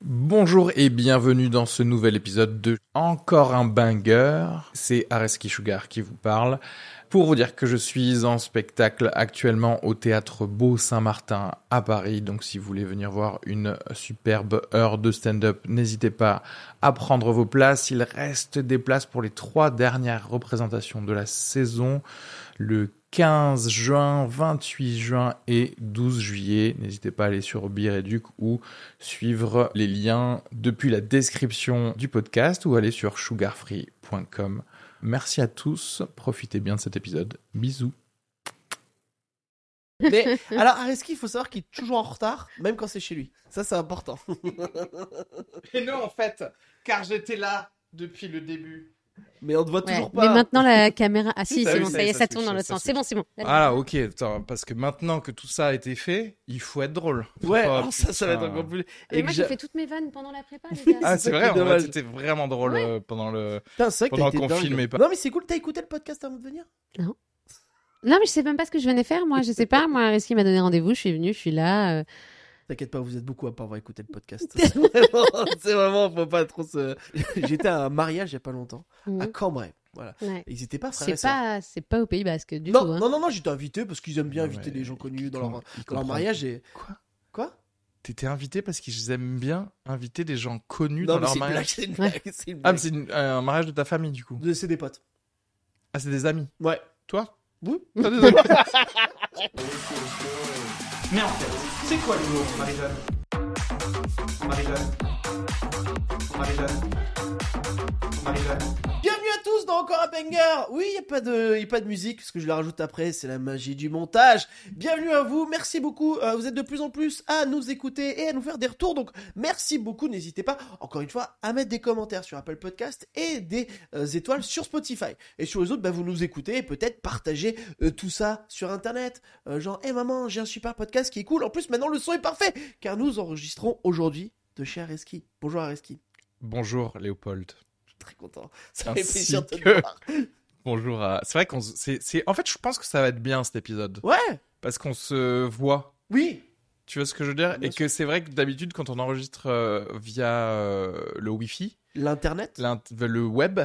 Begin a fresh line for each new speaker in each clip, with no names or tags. Bonjour et bienvenue dans ce nouvel épisode de Encore un banger. C'est Areski Sugar qui vous parle. Pour vous dire que je suis en spectacle actuellement au théâtre Beau Saint-Martin à Paris. Donc si vous voulez venir voir une superbe heure de stand-up, n'hésitez pas à prendre vos places. Il reste des places pour les trois dernières représentations de la saison. Le 15 juin, 28 juin et 12 juillet. N'hésitez pas à aller sur Bireduc ou suivre les liens depuis la description du podcast ou aller sur sugarfree.com. Merci à tous, profitez bien de cet épisode. Bisous.
Mais alors, Areski, il faut savoir qu'il est toujours en retard, même quand c'est chez lui. Ça, c'est important.
Et non, en fait, car j'étais là depuis le début.
Mais on ne voit
Ouais,
toujours
Mais
pas.
maintenant la caméra. Ah si,
Ça,
c'est
oui,
bon,
ça,
ça y est,
ça,
ça,
c'est
tourne
sûr,
dans le
ça,
sens.
c'est
C'est bon, c'est bon.
Ah, ok, attends, parce que maintenant que tout ça a été fait, il faut être drôle.
Ouais,
Oh,
oh, ça, ça va être
putain.
encore plus.
Mais
Et
Euh, moi
que
j'ai
j'a-
fait toutes mes vannes pendant la prépa, les gars.
Ah,
c'est
c'est
ça
vrai,
qui est
en fait,
dommage.
c'était vraiment drôle euh, pendant le.
Putain, c'est vrai que
Pendant
t'as été
qu'on
dingue.
filmait pas.
Non, mais c'est cool, t'as écouté le podcast avant de venir
Non mais je sais même pas ce que je venais faire, moi. Je sais pas. Moi, Reski m'a donné rendez-vous, je suis venue, je suis là. euh.
T'inquiète pas, vous êtes beaucoup à pas avoir écouté le podcast. C'est vraiment, c'est vraiment, faut pas trop se. J'étais à un mariage il y a pas longtemps,
Ah,
Mhm.
à Cambrai. Voilà.
Ouais.
Et Ils étaient pas frères et
C'est
sœurs.
pas, c'est pas au Pays Basque du
Non,
tout. hein.
non, non, non, j'étais invité parce qu'ils aiment bien
Non,
inviter
mais
des gens connus dans
Ils
leur,
com- ils
dans leur
comprennent.
mariage. Et...
Quoi
Quoi
T'étais invité parce qu'ils aiment bien inviter des gens connus
Non,
dans
mais
leur
c'est une blague,
mariage.
c'est une blague. c'est une
Ah, mais
blague.
c'est une- un mariage de ta famille, du coup.
De- C'est des potes.
Ah, c'est des amis.
Ouais.
Toi
Oui.
T'as des amis
Mais en fait, c'est quoi l'humour, Marie-Jeanne Marie-Jeanne Marie-Jeanne Marie-Jeanne
Bienvenue à tous dans Encore un Banger Oui, il n'y a, pas de- y a pas de musique, parce que je la rajoute après, c'est la magie du montage. Bienvenue à vous, merci beaucoup, euh, vous êtes de plus en plus à nous écouter et à nous faire des retours, donc merci beaucoup, n'hésitez pas, encore une fois, à mettre des commentaires sur Apple Podcast et des euh, étoiles sur Spotify. Et sur les autres, bah, vous nous écoutez et peut-être partagez euh, tout ça sur Internet. Euh, genre, hé maman, j'ai un super podcast qui est cool, en plus maintenant le son est parfait, car nous enregistrons aujourd'hui de chez Areski. Bonjour Areski,
Bonjour, Léopold.
très content, ça fait
Ainsi
plaisir de te
que-
voir.
Bonjour à... C'est vrai qu'on... se- C'est, c'est... En fait, je pense que ça va être bien, cet épisode.
Ouais
Parce qu'on se voit.
oui,
Tu vois ce que je veux dire
Bien
Et que c'est vrai que d'habitude, quand on enregistre euh, via euh, le Wi-Fi,
L'internet
l'int- le web,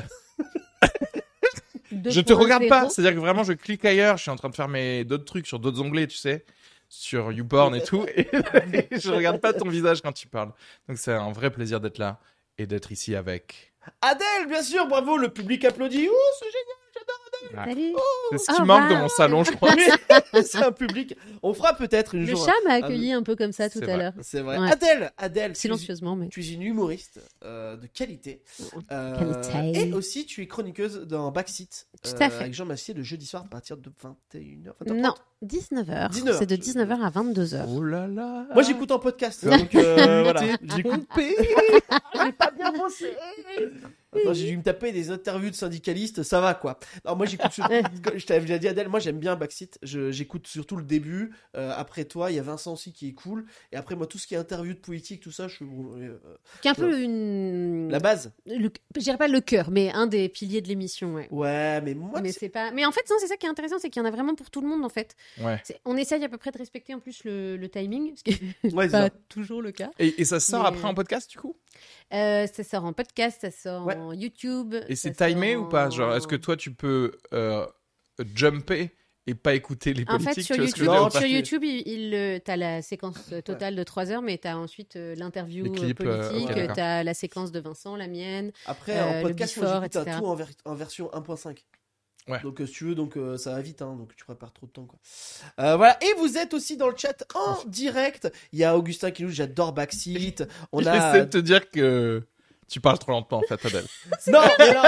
Deux
je te
points
regarde pas.
zéro.
C'est-à-dire que vraiment, je clique ailleurs. Je suis en train de faire mes d'autres trucs sur d'autres onglets, tu sais, sur YouPorn et tout. Et je regarde pas ton visage quand tu parles. Donc c'est un vrai plaisir d'être là et d'être ici avec.
Adèle, bien sûr, bravo, le public applaudit. Ouh, c'est
Salut.
C'est ce qui
Oh,
manque
wow.
dans mon salon, je crois.
génial, c'est un public. On fera peut-être une
Le
jour.
chat m'a accueilli un peu comme ça tout
Ah, C'est
à
vrai.
l'heure,
C'est vrai.
Ouais.
Adèle, Adèle, tu es-
silencieusement, mais.
tu es une humoriste euh, de qualité. Euh,
Qualité.
Et aussi, tu es chroniqueuse dans Backseat. euh,
Tout à fait.
Avec Jean Massier le jeudi soir à partir de 21h.
Non, 19h.
19h.
C'est de 19h à 22h.
Oh là là.
Bah,
Moi, j'écoute en podcast.
Ah.
donc, euh, voilà.
T'es coupé.
Attends, j'ai dû me taper des interviews de syndicalistes, ça va quoi. Non, moi j'écoute surtout, je t'avais déjà dit Adèle, moi j'aime bien Backseat, Je- j'écoute surtout le début, Euh, après toi il y a Vincent aussi qui est cool, et après moi tout ce qui est interview de politique, tout ça, je suis... euh,
Qui est un peu une.
La base
le- Je dirais pas le cœur, mais un des piliers de l'émission, ouais.
Ouais, mais moi...
mais
tu-
c'est pas. Mais en fait, non, c'est ça qui est intéressant, c'est qu'il y en a vraiment pour tout le monde en fait.
Ouais.
C'est- On essaye à peu près de respecter en plus le, le timing, parce que
ouais,
c'est
c'est
pas
ça.
toujours le cas.
Et, et ça sort
Mais-
après en podcast, du coup
Euh, ça sort en podcast, ça sort en YouTube.
Et
ça
c'est timé
sort
ou pas Genre,
en-
est-ce que toi, tu peux euh, jumper et pas écouter les
En
politiques
fait, sur
tu vois ce que je
YouTube,
veux dire,
Non,
ou
tu-
pas
sur
parti.
YouTube, il, il, euh, t'as la séquence euh, totale de 3 heures, mais t'as ensuite euh, l'interview
Les
euh,
clips, euh,
politique,
ok,
euh,
d'accord.
t'as la séquence de Vincent, la mienne.
Après
Euh,
en
le
podcast, moi
before,
j'écoute un
etc.
tout en, ver- en version 1.5.
Ouais.
Donc euh, si tu veux, donc euh, ça va vite, hein, donc tu prépares trop de temps quoi. Euh, voilà, et vous êtes aussi dans le chat en direct. Il y a Augustin qui nous, dit, j'adore Backseat. On a...
J'essaie de te dire que tu parles trop lentement, en fait, Adèle.
Non, mais non,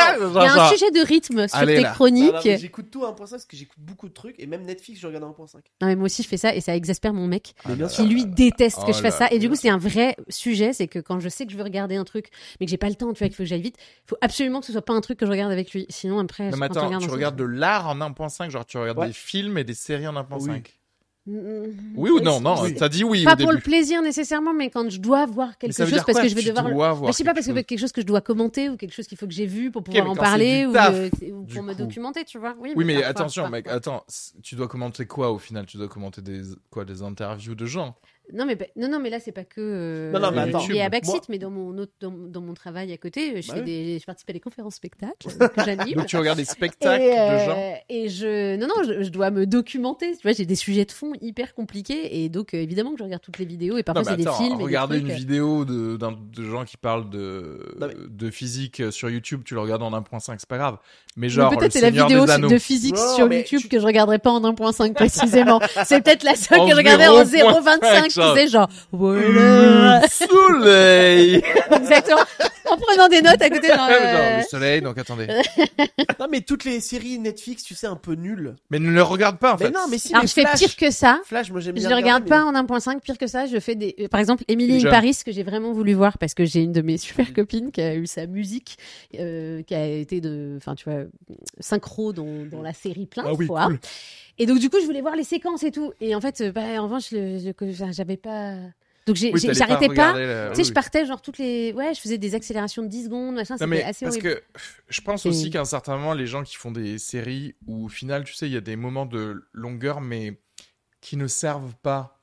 Il y a un sujet de rythme sur
Allez,
tes
là.
chroniques.
Non, non, mais J'écoute tout à 1.5 parce que j'écoute beaucoup de trucs et même Netflix je regarde à 1.5.
Non, mais moi aussi, je fais ça et ça exaspère mon mec.
Ah
Mais bien sûr.
qui lui déteste
Oh
que je fasse
là
ça. Et du coup, c'est un vrai sujet, c'est que quand je sais que je veux regarder un truc, mais que j'ai pas le temps, tu vois, qu'il faut que j'aille vite, faut absolument que ce soit pas un truc que je regarde avec lui. Sinon, après,
Non,
je
mais
quand on
attends,
regarde
tu
ensemble,
regardes de l'art en 1.5, genre tu regardes
Ouais.
des films et des séries en 1.5. Oui,
je- Mm, mm.
ou non Non,
Oui.
t'as dit oui au
Pas
début.
pour le plaisir nécessairement, mais quand je dois voir
Mais
quelque
ça veut
chose
dire
parce
quoi
que je vais
Tu
devoir. le-
dois voir
Mais je sais pas,
quelque
parce que
chose.
quelque chose que je dois commenter ou quelque chose qu'il faut que j'ai vu pour pouvoir
mais
en
quand c'est
parler
du
ou,
taf,
euh, c'est- ou
du
pour me
coup.
documenter, tu vois. Oui,
Oui, mais
parfois,
attention, mec,
parfois.
attends, c- tu dois commenter quoi au final Tu dois commenter des quoi des interviews de gens
Non mais, bah- non, non, mais là, c'est pas que. euh,
Non, non,
mais attends.
lié à Backseat,
Moi-
mais dans mon, autre, dans, dans mon travail à côté, euh, je,
Bah
fais
oui.
des, je participe à des conférences spectacles euh, que j'anime.
Donc tu regardes des
Et,
spectacles de gens.
euh, et je, non, non, je, je dois me documenter. Tu vois, j'ai des sujets de fond hyper compliqués et donc euh, évidemment que je regarde toutes les vidéos et parfois
Non, mais
c'est des
attends,
films. et des
regarder
trucs. euh.
une vidéo de, d'un- de gens qui parlent de,
Non, mais-
de physique euh, sur YouTube, tu le regardes en 1.5, c'est pas grave. Mais
Mais
genre, le
peut-être c'est la
Seigneur
vidéo
des Anneaux.
de physique
Non,
sur
mais
YouTube
tu-
que je regarderai pas en 1.5 précisément. c'est peut-être la seule
En
que je regardais en
0.5,
0.25. Tu
genre.
sais, genre, voilà.
Le soleil
Exactement. En prenant des notes à côté. genre,
Genre,
euh,
Le soleil, donc attendez.
Non, mais toutes les séries Netflix, tu sais, un peu nulles.
Mais ne le regarde pas en
Mais
fait.
non, mais si,
Alors
mais
je fais
Flash,
pire que ça.
Flash, moi j'aime
Je
bien.
ne regarde
regarder,
pas en 1.5, pire que ça, je fais des... euh, Par exemple, Emily
Déjà. Mmh.
in Paris, que j'ai vraiment voulu voir parce que j'ai une de mes super copines qui a eu sa musique, euh, qui a été de... Enfin, tu vois, synchro dans, dans la série plein
Ah
de
oui,
fois.
cool.
Et donc, du coup, je voulais voir les séquences et tout. Et en fait, euh, bah, en revanche, le- le- que- enfin, j'avais pas... Donc, j'ai-
Oui,
j'ai-
t'allais
j'arrêtais pas.
regarder la-
Tu
oui,
sais, je
oui.
partais genre toutes les... Ouais, je faisais des accélérations de 10 secondes, machin,
Non,
c'était
mais
assez
parce
horrible.
que je pense
C'est-
aussi qu'à un certain moment, les gens qui font des séries où au final, tu sais, il y a des moments de longueur, mais qui ne servent pas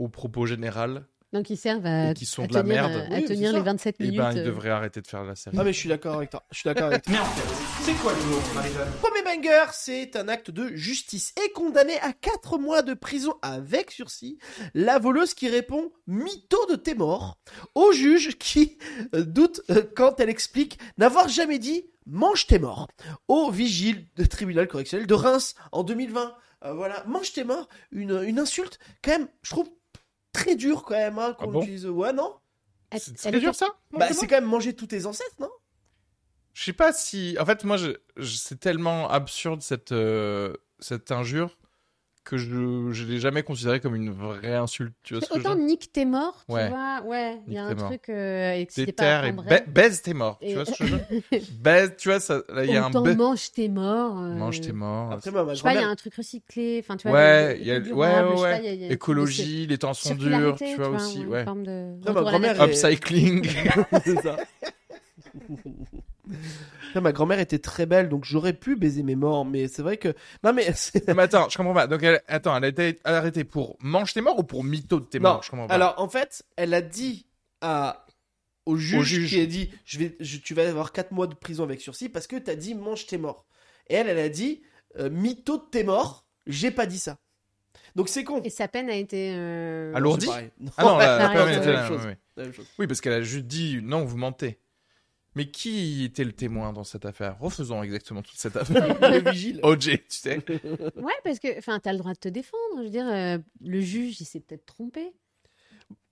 au propos général,
Donc, ils servent à,
Et qui sont
à
de la
tenir,
merde.
euh, à
Oui,
tenir
c'est
les
ça.
27
et
minutes.
ben ils
euh,
devraient arrêter de faire la série.
Ah, mais je suis d'accord avec toi. Je suis d'accord avec toi.
Mais en fait, c'est quoi l'humour, Marie-Jeanne
Premier banger, c'est un acte de justice et condamné à 4 mois de prison avec sursis, la voleuse qui répond mytho de tes morts au juge qui euh, doute euh, quand elle explique n'avoir jamais dit mange tes morts au vigile de tribunal correctionnel de Reims en 2020. Euh, voilà, mange tes morts, une, une insulte quand même, je trouve très dure quand même hein, qu'on
Ah bon
utilise. Ouais, non
elle-
C'est
elle
très dur
était-
ça
Bah,
Comment
c'est quand même manger tous tes ancêtres, non
Je sais pas si. En fait, moi, je... je- c'est tellement absurde cette, euh, cette injure que je ne l'ai jamais considérée comme une vraie insulte. Tu vois ce que je
Autant
veux dire
Nick t'es mort, tu
Ouais.
vois, ouais, il y a
Nick,
un
t'es mort.
truc euh, et que c'était pas
Déterre et
un
ba-
vrai.
baise tes morts. Tu
Et-
vois ce que je veux dire Baise, tu vois, ça- là, il y a un
Autant
ba-
mange t'es mort. euh,
Mange tes morts.
Après, moi, ma
Je sais pas, il y a
grand-mère-
un truc recyclé, enfin tu vois.
Ouais,
des- des
il y a-
trucs
ouais,
durables,
ouais,
je sais
ouais.
pas, il y a- il y a-
Écologie, les temps sont durs,
circularité,
tu vois aussi.
une
Ouais.
forme de
ma
retour à la
grand-mère,
nature.
elle-
Upcycling.
C'est ça. Non, ma grand-mère était très belle, donc j'aurais pu baiser mes morts, mais c'est vrai que. Non, mais. c'est-
Non, mais attends, je comprends pas. Donc, elle... attends, elle a été arrêtée pour mange tes morts ou pour mytho de tes
Non,
morts Je comprends pas.
Alors, en fait, elle a dit à... au, juge
Au juge.
qui a dit je vais... je- Tu vas avoir 4 mois de prison avec sursis parce que t'as dit mange tes morts. Et elle, elle a dit euh, mytho de tes morts, j'ai pas dit ça. Donc c'est con.
Et sa peine a été. euh,
Allô Alourdi
C'est pareil. Non,
Ah non, la,
ouais,
la
Pareil,
première
ouais,
était
ouais,
là,
même chose.
ouais, ouais.
la même chose.
Oui, parce qu'elle a juste dit non, vous mentez. Mais qui était le témoin dans cette affaire Refaisons exactement toute cette affaire.
Le vigile.
OJ, tu sais.
Ouais, parce que, enfin, t'as le droit de te défendre. Je veux dire, euh, le juge, il s'est peut-être trompé.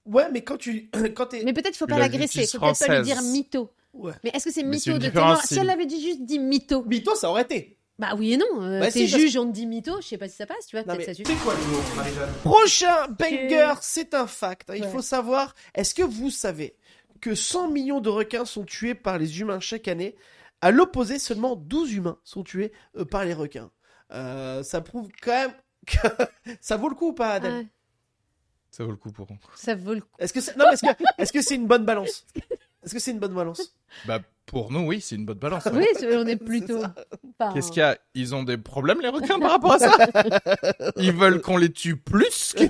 Ouais, mais quand tu. Quand t'es.
Mais peut-être faut pas
La
l'agresser,
justice
faut peut-être pas lui dire
française.
mytho.
Ouais.
Mais est-ce que c'est
Mais c'est
mytho
une
de tes
différence,
morts Si
c'est
elle
une-
avait dit juste dit mytho,
Mytho, ça aurait été.
bah oui et non. euh,
Bah
T'es
si, parce-
juge, on te dit mytho, je sais pas si ça passe, tu vois,
Non, mais-
peut-être ça suffit.
C'est quoi l'humour, Marie-Jeanne
Prochain banger, c'est un fact. hein. Il
Ouais.
faut savoir, est-ce que vous savez que 100 millions de requins sont tués par les humains chaque année À l'opposé, seulement 12 humains sont tués euh, par les requins. Euh, ça prouve quand même que ça vaut le coup ou pas, Adèle
Ah,
Ça vaut le coup pour.
ça vaut le coup.
Est-ce que c'est non, mais est-ce que est-ce que c'est une bonne balance Est-ce que c'est une bonne balance
Bah, pour nous, oui, c'est une bonne balance. ouais.
Oui, c'est- on est plutôt. pas
Qu'est-ce
un-
qu'il y a Ils ont des problèmes, les requins, par rapport à ça Ils veulent qu'on les tue plus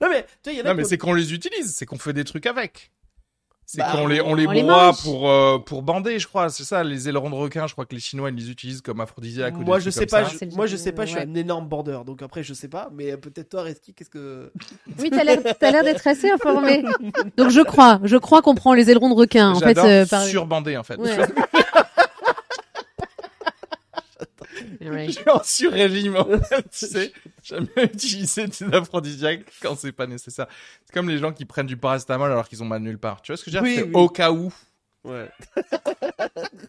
Non mais tu vois, il y en a
Non,
qui
mais
ont-
c'est qu'on les utilise, c'est qu'on fait des trucs avec. C'est
Bah,
qu'on les, on les
on les
broie
mange.
pour, euh, pour bander, je crois. C'est ça, les ailerons de requin, je crois que les Chinois, ils les utilisent comme aphrodisiaque. ou des
Moi je
trucs
sais
comme
pas,
ça.
je-
C'est le-
moi je sais pas, je suis
ouais.
un énorme bandeur, donc après je sais pas, mais peut-être toi Reski, qu'est-ce que
Oui, t'as l'air, t'as l'air d'être assez informé. Donc je crois, je crois qu'on prend les ailerons de requin en fait.
J'adore
euh, par...
surbander, en fait.
Ouais. Ouais.
Je suis en sur-régime, en fait, tu sais. J'aime bien utiliser des aphrodisiaques quand c'est pas nécessaire. C'est comme les gens qui prennent du paracétamol alors qu'ils ont mal nulle part. Tu vois ce que je veux dire
Oui,
C'est
oui.
au cas où.
Ouais.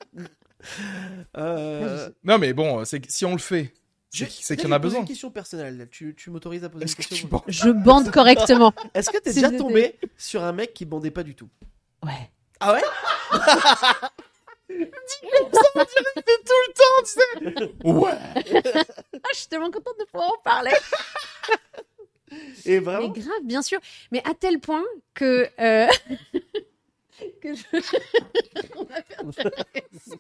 Euh,
Non, mais bon, c'est que si on le fait,
je-
c'est qu'il- c'est
là,
qu'il y
je
en a
vais poser
besoin.
Une question personnelle. là. Tu, tu m'autorises à poser
Est-ce
une
que tu
question
penses
Je bande correctement.
Est-ce que t'es
Si
déjà
je
tombé sur un mec qui bandait pas du tout
Ouais.
Ah ouais
Ouais
Ah, je suis tellement contente de pouvoir en parler.
Et
Mais
vraiment
grave, bien sûr. Mais à tel point que euh, que je. On va faire de la récit.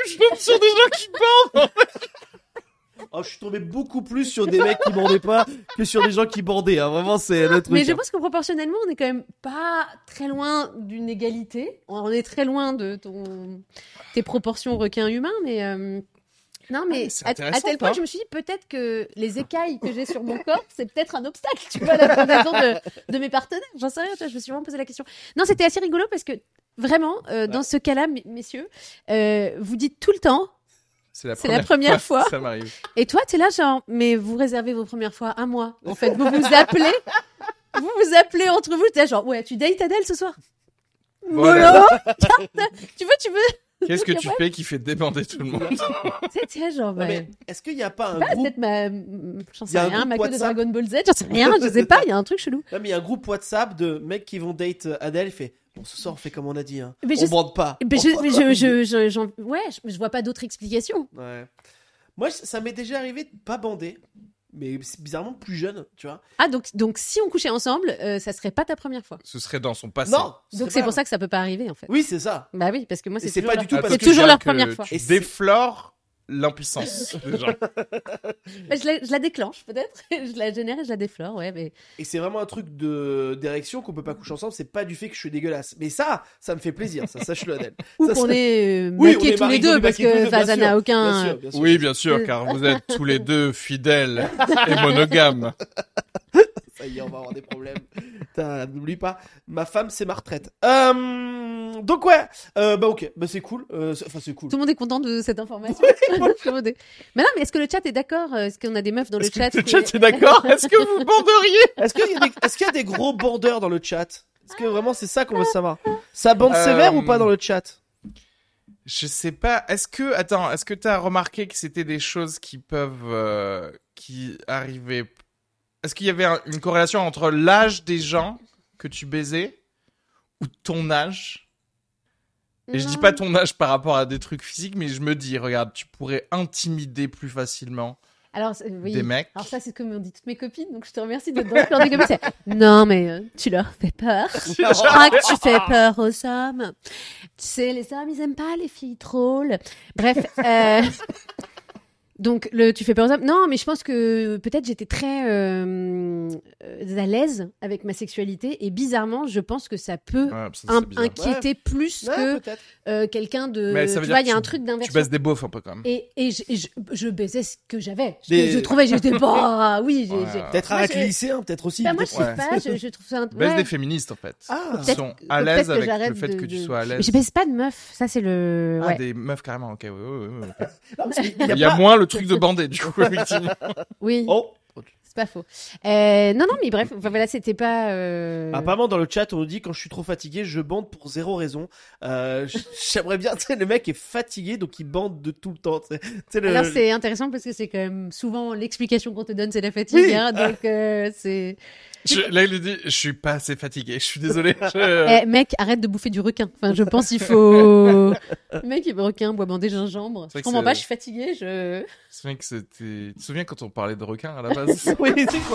Je tombe sur des gens qui
Oh, je suis tombé beaucoup plus sur des mecs qui bordaient pas que sur des gens qui bordaient. hein. Vraiment, c'est le truc.
Mais je
hein.
pense que proportionnellement, on est quand même pas très loin d'une égalité. On est très loin de ton... tes proportions requin-humain, mais. euh, Non, mais,
mais Ah, c'est
à, à
intéressant,
tel
ça.
point, je me suis dit peut-être que les écailles que j'ai sur mon corps, c'est peut-être un obstacle, tu vois, à la combinaison de, de mes partenaires. J'en sais rien, tu vois, je me suis vraiment posé la question. Non, c'était assez rigolo parce que vraiment, euh, dans ce cas-là, mes- messieurs, euh, vous dites tout le temps,
C'est la
C'est la première fois.
que Ça m'arrive.
et toi, t'es là, genre, mais vous réservez vos premières fois à moi. En fait, vous vous appelez, vous vous appelez entre vous. T'es là, genre, ouais, tu dates Adèle ce soir.
Voilà.
Mollo, carte. tu veux, tu veux.
Qu'est-ce que tu
Ouais.
fais qui fait débander tout le monde
Tu sais, t'es là, genre,
Non,
bah,
mais Est-ce qu'il n'y a pas un
bah,
groupe
peut-être ma, mm, j'en
Y
sais
a un
rien,
groupe
ma queue de
WhatsApp.
Dragon Ball Z, j'en sais rien, je sais pas, il y a un truc chelou.
Non, mais il y a un groupe WhatsApp de mecs qui vont date euh, Adèle. Fait bon, ce soir on fait comme on a dit. Hein.
Mais
on
je-
borde pas.
Mais
On
je,
borde
mais
pas.
je, je, je- j'en- ouais, je, je vois pas d'autre explication.
Ouais. Moi, c- ça m'est déjà arrivé de pas bander, mais c'est bizarrement plus jeune, tu vois.
Ah, donc, donc si on couchait ensemble, euh, ça serait pas ta première fois.
Ce serait dans son passé. Ah,
non.
Donc c'est pour ça que ça peut pas arriver, en fait.
Oui, c'est ça.
Bah oui, parce que moi,
Et
c'est
c'est pas
toujours
du
leur-
tout
Attends,
parce
c'est
que.
toujours
je
leur
veux dire
première
que
fois.
Tu
Et c'est-
déflores l'impuissance des gens.
Bah, je, la, je la déclenche, peut-être. je la génère et je la déflore, ouais, mais.
Et c'est vraiment un truc de d'érection qu'on peut pas coucher ensemble. C'est pas du fait que je suis dégueulasse. Mais ça, ça me fait plaisir. Ça, sache-le, Adèle.
Ou
Ça,
qu'on
ça-
est euh,
Oui, on est
maqués tous
mariés,
les
on est
deux, parce
maqués tous les
que
deux, bien
enfin, ça
sûr,
n'a aucun.
Bien sûr, bien sûr.
Oui, bien sûr, car vous êtes tous les deux fidèles et monogames.
Ça y est, on va avoir des problèmes. Putain, N'oublie pas, ma femme, c'est ma retraite. Euh, donc ouais, euh, bah ok, bah c'est cool. Euh, c'est- Enfin, c'est cool.
Tout le monde est content de cette information. Tout le monde est- Mais non, mais est-ce que le chat est d'accord Euh, Est-ce qu'on a des meufs dans le
Est-ce
chat
que le
qui-
chat est d'accord Est-ce que vous banderiez
Est-ce qu'il y, a des- est-ce qu'il y a des gros bandeurs dans le chat Est-ce que vraiment c'est ça qu'on veut savoir Ça bande
Euh,
sévère ou pas dans le chat
Je sais pas. Est-ce que attends, est-ce que t'as remarqué que c'était des choses qui peuvent euh, qui arrivaient Est-ce qu'il y avait un- une corrélation entre l'âge des gens que tu baisais ou ton âge Et je dis pas ton âge par rapport à des trucs physiques, mais je me dis, regarde, tu pourrais intimider plus facilement
Alors, c'est- oui.
des mecs.
Alors ça, c'est ce que m'ont dit toutes mes copines, donc je te remercie d'être dans le cœur des copines. C'est, Non, mais euh, tu leur fais peur. Je crois que tu fais peur aux hommes. Tu sais, les hommes, ils aiment pas les filles drôles. Bref. euh, Donc, le, tu fais peur aux hommes. Non, mais je pense que peut-être j'étais très euh, euh, à l'aise avec ma sexualité et bizarrement, je pense que ça peut
Ouais, parce que
un-
c'est bizarre.
inquiéter plus
Ouais,
que
Ah, peut-être.
euh, quelqu'un de.
Mais ça veut
tu
dire
vois,
que
il y a
tu-
un truc
Tu
d'inversion.
baisses des beaufs un peu quand même.
Et, et je, et je- je baisais ce que j'avais. Ce
Des-
que Je trouvais, j'étais pas. ah Oui, j'ai.
Ouais.
j'ai-
Peut-être
Moi,
arrête
j'ai-
les lycéens, peut-être aussi.
Bah, moi, je
peut-être-
sais
Ouais.
pas, je, je trouve ça. un-
Baisse
ouais.
des féministes en fait.
Ah,
Ils
Peut-être
sont
que-
à
peut-être
l'aise
que
avec
j'arrête
le fait
de-
que tu
de-
sois à
Mais
l'aise.
Je baisse pas de meuf, ça c'est le.
Ah,
ouais.
des meufs carrément, ok. ouais, ouais, ouais, ouais.
Non, parce qu'il y a
Il y a
pas-
moins le truc de bandé, du coup, effectivement.
Oui,
Oh,
c'est pas faux. Euh, non, non, mais bref, enfin, voilà, c'était pas. euh,
Apparemment, dans le chat, on nous dit quand je suis trop fatigué, je bande pour zéro raison. Euh, j- J'aimerais bien, tu sais, le mec est fatigué donc il bande de tout le temps. tu sais. Tu sais, le-
Alors c'est intéressant parce que c'est quand même souvent l'explication qu'on te donne, c'est la fatigue.
Oui.
hein, donc euh, c'est.
Je- là, il lui dit, je suis pas assez fatigué, je suis désolé. je-
Eh, mec, arrête de bouffer du requin. Enfin, je pense il faut. mec, il requin, bois bandé, gingembre.
C'est vrai
Je
que
comprends
c'est-
pas, je suis fatiguée. Je...
Tu te souviens que c'était- tu te souviens quand on parlait de requin à la base
Oui,
C'est quoi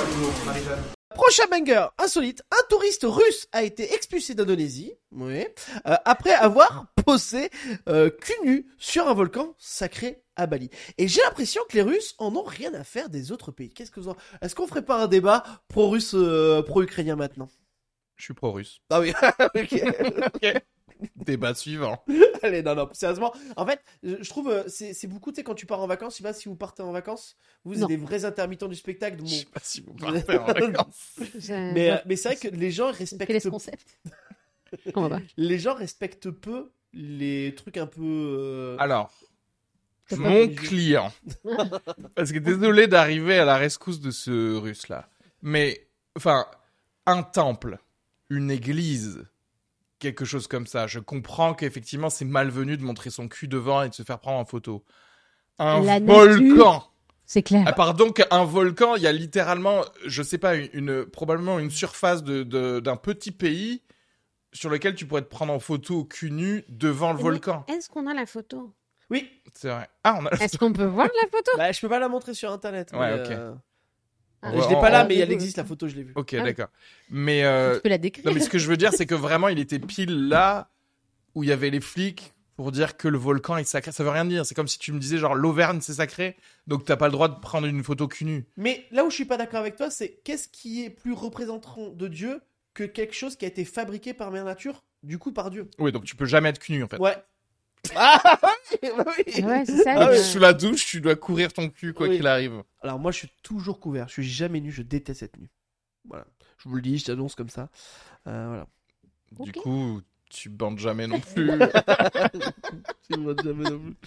le mot, Marie-Jeanne
Prochain banger insolite, un touriste russe a été expulsé d'Indonésie, oui, euh, après avoir posé euh, cul nu sur un volcan sacré à Bali. Et j'ai l'impression que les Russes en ont rien à faire des autres pays. Qu'est-ce que vous en... Est-ce qu'on ferait pas un débat pro-russe, euh, pro-ukrainien maintenant
Je suis pro-russe.
Ah oui, ok.
Débat suivant.
Allez, non, non, sérieusement. En fait, je je trouve, euh, c'est c'est beaucoup, tu sais, quand tu pars en vacances, je sais pas si vous partez en vacances, vous êtes
Non.
des vrais intermittents du spectacle. bon.
Je sais pas si vous partez en vacances.
je-
Mais, euh,
ouais.
mais c'est vrai que les gens
Quel est
respectent
ce concept Je comprends pas.
les gens respectent peu les trucs un peu. euh,
Alors,
je sais pas,
mon
mais-
client. Parce que désolé d'arriver à la rescousse de ce russe-là. Mais, enfin, un temple, une église, quelque chose comme ça. Je comprends qu'effectivement, c'est malvenu de montrer son cul devant et de se faire prendre en photo. Un
La nature.
volcan
C'est clair.
Ah, pardon, qu'un volcan, il y a littéralement, je sais pas, une, une- probablement une surface de- de- d'un petit pays sur lequel tu pourrais te prendre en photo au cul nu devant le
Mais
volcan.
Ah.
Est-ce qu'on a la photo
Oui,
C'est vrai. Ah, on a.
Est-ce qu'on peut voir la photo
bah, je peux pas la montrer sur internet.
Ouais,
mais,
ok.
euh,
on
Je
va-
l'ai
on-
pas là,
on-
mais elle existe, la photo, je l'ai vue.
Ok,
Ah oui.
d'accord. Mais, euh,
Tu peux la
non,
décrire
mais ce que je veux dire, c'est que vraiment, il était pile là où il y avait les flics pour dire que le volcan est sacré. Ça veut rien dire. C'est comme si tu me disais genre l'Auvergne c'est sacré, donc t'as pas le droit de prendre une photo cul nu.
Mais là où je suis pas d'accord avec toi, c'est qu'est-ce qui est plus représentant de Dieu que quelque chose qui a été fabriqué par Mère Nature, du coup par Dieu
Oui, donc tu peux jamais être cul nu en fait.
Ouais. Ah oui, oui.
Ouais, c'est ça.
Ah,
ouais.
mais Sous la douche, tu dois couvrir ton cul quoi
Oui.
qu'il arrive.
Alors moi, je suis toujours couvert. Je suis jamais nu. Je déteste être nu. Voilà. Je vous le dis, je t'annonce comme ça. Euh, voilà.
Du
Ok.
coup, tu bandes jamais non plus.
Tu me vois jamais non plus.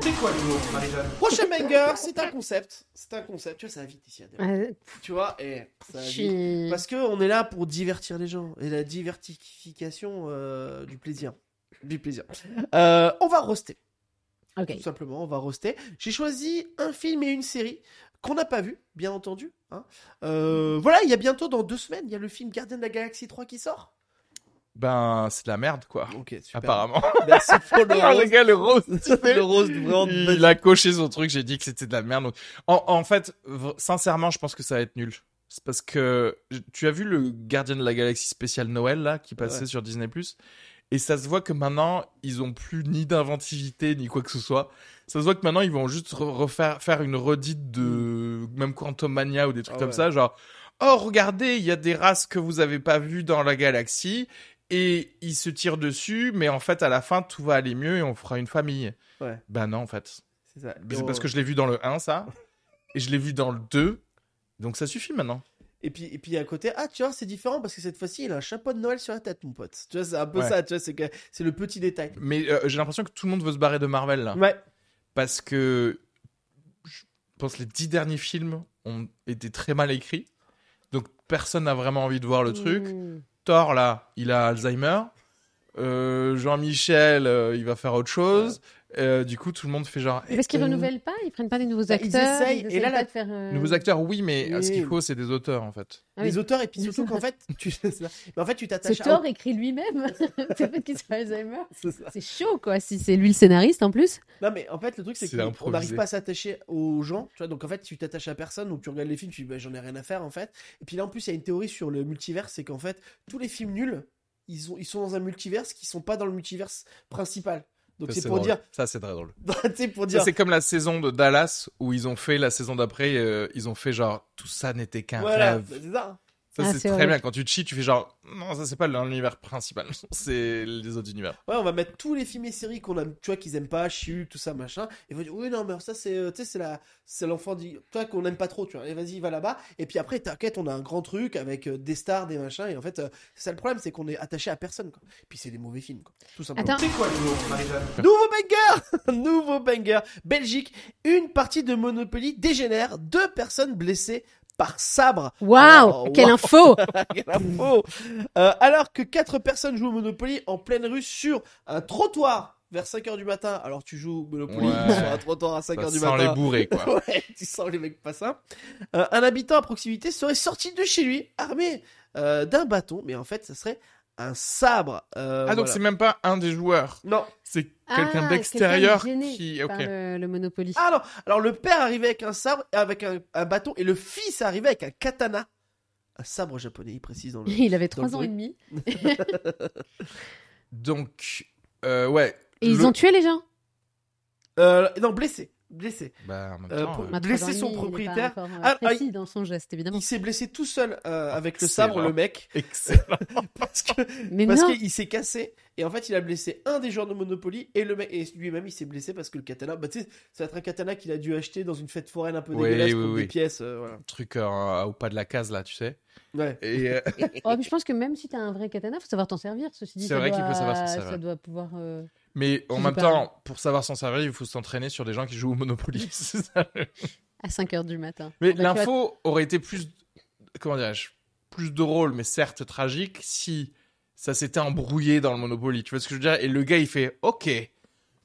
C'est quoi l'humour, Marie-Jeanne
Prochain banger, c'est un concept. C'est un concept. Tu vois, ça va vite ici. Adèle.
Euh,
Tu vois, et ça va vite.
je-
Parce que on est là pour divertir les gens et la divertification euh, du plaisir. Du plaisir. Euh, on va roster,
Ok.
tout simplement, on va roster. J'ai choisi un film et une série qu'on n'a pas vu, bien entendu. hein. Euh, voilà, il y a bientôt dans deux semaines, il y a le film Gardien de la Galaxie 3 qui sort.
ben, c'est de la merde quoi.
Ok, super.
Apparemment.
Merci pour le
Ah, le
rose.
gars, le rose.
le rose vraiment de
Il a coché son truc, j'ai dit que c'était de la merde. Donc, En, en fait, v- sincèrement, je pense que ça va être nul. C'est parce que je- tu as vu le Gardien de la Galaxie spécial Noël là qui passait
Ouais.
sur Disney et ça se voit que maintenant ils ont plus ni d'inventivité ni quoi que ce soit. Ça se voit que maintenant ils vont juste re- refaire faire une redite de même Quantumania ou des trucs
Mm. Ah
comme
ouais.
ça, genre oh regardez il y a des races que vous avez pas vues dans la galaxie et ils se tirent dessus, mais en fait à la fin tout va aller mieux et on fera une famille.
Ouais. Oh.
Ben non en fait.
C'est ça.
C'est parce que je l'ai vu dans le 1, ça. Et je l'ai vu dans le 2. Donc ça suffit maintenant.
Et puis, et puis à côté, ah tu vois, c'est différent parce que cette fois-ci, il a un chapeau de Noël sur la tête, mon pote. Tu vois, c'est un peu
Ouais.
ça, tu vois, c'est que- c'est le petit détail.
Mais euh, j'ai l'impression que tout le monde veut se barrer de Marvel, là.
Ouais.
Parce que je pense que les dix derniers films ont été très mal écrits. Donc personne n'a vraiment envie de voir le truc.
Mm.
Thor, là, il a Alzheimer. Euh, Jean-Michel, euh, il va faire autre chose. Euh, du coup, tout le monde fait genre.
Mais Parce qu'ils
euh,
renouvellent pas, ils prennent pas des nouveaux
Bah, ils
acteurs.
essayent, et
essayent
là,
pas
la-
de faire, euh,
Nouveaux acteurs, oui, mais euh, ce qu'il
Mm. Oui.
faut, c'est des auteurs, en fait.
Ah
les
oui.
auteurs et puis surtout qu'en fait tu mais en fait tu
C'est
t'attaches à
Thor écrit lui-même. c'est fait qu'il soit Alzheimer.
C'est ça.
C'est chaud quoi, si c'est lui le scénariste en plus.
non mais en fait le truc c'est
C'est
qu'on
improvisé.
n'arrive pas à s'attacher aux gens tu vois donc en fait tu t'attaches à personne donc tu regardes les films tu dis bah, j'en ai rien à faire en fait et puis là en plus il y a une théorie sur le multivers c'est qu'en fait tous les films nuls ils, ont, ils sont dans un multiverse qui sont pas dans le multiverse principal donc
Ça,
c'est pour
drôle.
dire
Ça, c'est très drôle.
c'est pour
Ça,
dire
c'est comme la saison de Dallas où ils ont fait la saison d'après, euh, ils ont fait genre tout ça n'était qu'un
voilà
rêve.
c'est ça
Ça c'est
Ah, c'est
très
horrible.
bien. Quand tu te chies, tu fais genre non, ça c'est pas dans l'univers principal, c'est les autres univers.
Ouais, on va mettre tous les films et séries qu'on aime, tu vois, qu'ils aiment pas, Chiu, tout ça, machin. Et on va dire, oui, non, mais alors ça, c'est, euh, tu sais, c'est la, c'est l'enfant dit, tu vois, qu'on aime pas trop, tu vois. Et vas-y, va là-bas. Et puis après, t'inquiète, on a un grand truc avec euh, des stars, des machins. Et en fait, euh, c'est ça le problème, c'est qu'on est attaché à personne, quoi. Et puis c'est des mauvais films, quoi. Tout simplement.
Attends,
C'est quoi l'humour, Marie-Jeanne
Nouveau banger! Nouveau banger! Belgique, une partie de Monopoly dégénère, deux personnes blessées par sabre.
waouh,
Oh,
quelle
wow.
info
Quelle info. Euh, alors que quatre personnes jouent au Monopoly en pleine rue sur un trottoir vers 5h du matin. Alors tu joues au Monopoly
Ouais.
sur un trottoir à 5h
Ça
du
sent les
matin. Euh,
bourrés quoi.
Ouais, tu sens les mecs pas ça. Euh, un habitant à proximité serait sorti de chez lui armé euh, d'un bâton, mais en fait ça serait un sabre. Euh,
ah donc
voilà.
c'est même pas un des joueurs,
Non.
c'est
Ah,
quelqu'un
quelqu'un
d'extérieur
gêné
qui. Ok.
par le, le Monopoly.
Ah non. Alors le père arrivait avec un sabre, avec un, un bâton, et le fils arrivait avec un katana. Un sabre japonais, il précise dans le.
Il avait
Dans le
3 ans et
bruit.
demi.
Donc euh, ouais.
Et ils
Le-
ont tué les gens.
Euh, non, blessé. Blessé.
Bah, en même
Euh,
temps,
pour-
euh,
Bah, trois
Blesser
ans et demi,
son
il est pas
propriétaire.
encore, euh,
Ah, ah,
précis dans son geste évidemment.
Il s'est blessé tout seul
Ah,
euh, avec le
Excellent.
sabre, le mec,
excellent.
parce que
Mais
parce
non,
qu'il s'est cassé et en fait il a blessé un des joueurs de Monopoly et le mec et lui-même il s'est blessé parce que le katana, bah tu sais, ça va être un katana qu'il a dû acheter dans une fête foraine un peu
Oui, oui,
dégueulasse pour des
oui.
pièces, euh, voilà.
Truc euh, au pas de la case là, tu sais.
Ouais.
Et euh,
Oh, mais je pense que même si t'as un vrai katana, faut savoir t'en servir. Ceci dit,
C'est
ça
vrai
doit...
qu'il faut savoir s'en servir.
Ça doit pouvoir. euh,
mais en
C'est
même
pas-
temps, pour savoir s'en servir, il faut s'entraîner sur des gens qui jouent au Monopoly. C'est ça le-
à 5 heures du matin.
Mais
Bon, bah, tu
l'info aurait été plus, comment dirais-je, plus drôle, mais certes tragique, si ça s'était embrouillé dans le Monopoly. Tu vois ce que je veux dire Et le gars, il fait OK,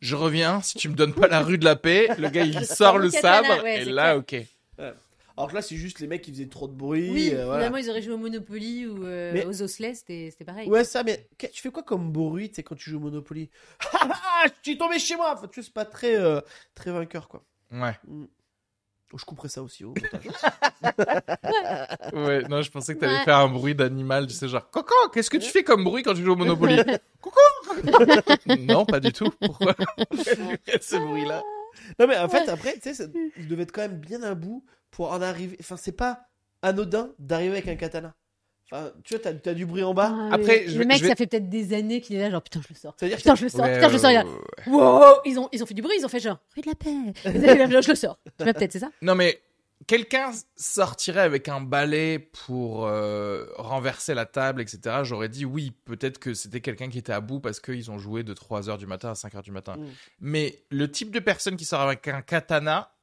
je reviens si tu me donnes pas la rue de la paix. Le gars, il sort le
Le katana,
sabre
ouais,
et
c'est
là,
clair.
OK.
Alors que là c'est juste les mecs qui faisaient trop de
vois-
bruit,
Oui,
euh, voilà.
finalement, ils auraient joué au Monopoly ou euh,
Mais-
aux osselets, c'était c'était pareil.
Ouais ça mais que- tu fais quoi comme bruit tu sais quand tu joues au Monopoly Ah, ah, je suis tombé chez moi, enfin tu sais c'est pas très euh, très vainqueur quoi.
Ouais.
Oh, je couperai ça aussi au montage.
ouais. Non, je pensais que t'allais
Ouais.
faire un bruit d'animal, tu sais, genre Coco, qu'est-ce que tu fais comme bruit quand tu joues au Monopoly Coco non, pas du tout. Pourquoi ce bruit-là
Ah,
Non, mais en fait, après, tu sais, ça- vous devez être quand même bien un bout pour en arriver. Enfin, c'est pas anodin d'arriver avec un katana. Enfin, tu vois, t'as- t'as du bruit en bas.
Ah,
bah. Après,
le,
je
le
vais-
mec,
je vais-
ça fait peut-être des années qu'il est là, genre putain, je le sors.
C'est-à-dire que
Putain, je le sors,
Ouais,
putain, je le sors.
ouais,
il est là.
ouais, ouais.
Wow ils ont, ils ont fait du bruit, ils ont fait genre rue de la paix. je le sors. Tu vois, peut-être, c'est ça
Non, mais quelqu'un sortirait avec un balai pour euh, renverser la table, etc. J'aurais dit oui, peut-être que c'était quelqu'un qui était à bout parce qu'ils ont joué de 3h du matin à 5h du matin.
Mm.
Mais le type de personne qui sort avec un katana,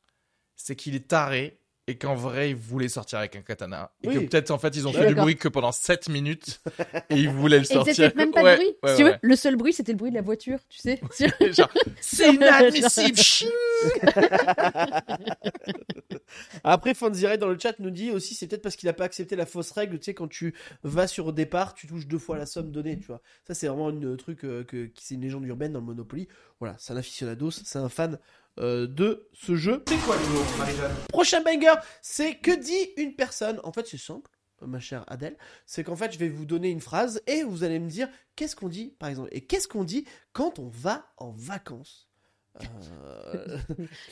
c'est qu'il est taré et qu'en vrai, il voulait sortir avec un katana. Et
Oui.
que peut-être, en fait, ils ont
Je
fait
suis
du
d'accord.
bruit que pendant 7 minutes et ils voulaient le
Et
sortir.
c'était peut-être même pas
Ouais,
de bruit.
ouais,
si tu
ouais,
veux, le seul bruit, c'était le bruit de la voiture, tu sais. Sur-
ouais. Genre, c'est inadmissible. Chut
Après, Fanzirai dans le chat nous dit aussi, c'est peut-être parce qu'il a pas accepté la fausse règle. Tu sais, quand tu vas sur au départ, tu touches deux fois la somme donnée, tu vois. Ça, c'est vraiment une euh, truc euh, que qui- c'est une légende urbaine dans le Monopoly. Voilà, c'est un aficionados, c'est un fan euh, de ce jeu.
C'est quoi l'humour, Marie-Jeanne
Prochain banger, c'est que dit une personne. En fait, c'est simple, euh, ma chère Adèle. C'est qu'en fait, je vais vous donner une phrase et vous allez me dire qu'est-ce qu'on dit, par exemple, et qu'est-ce qu'on dit quand on va en vacances. Euh,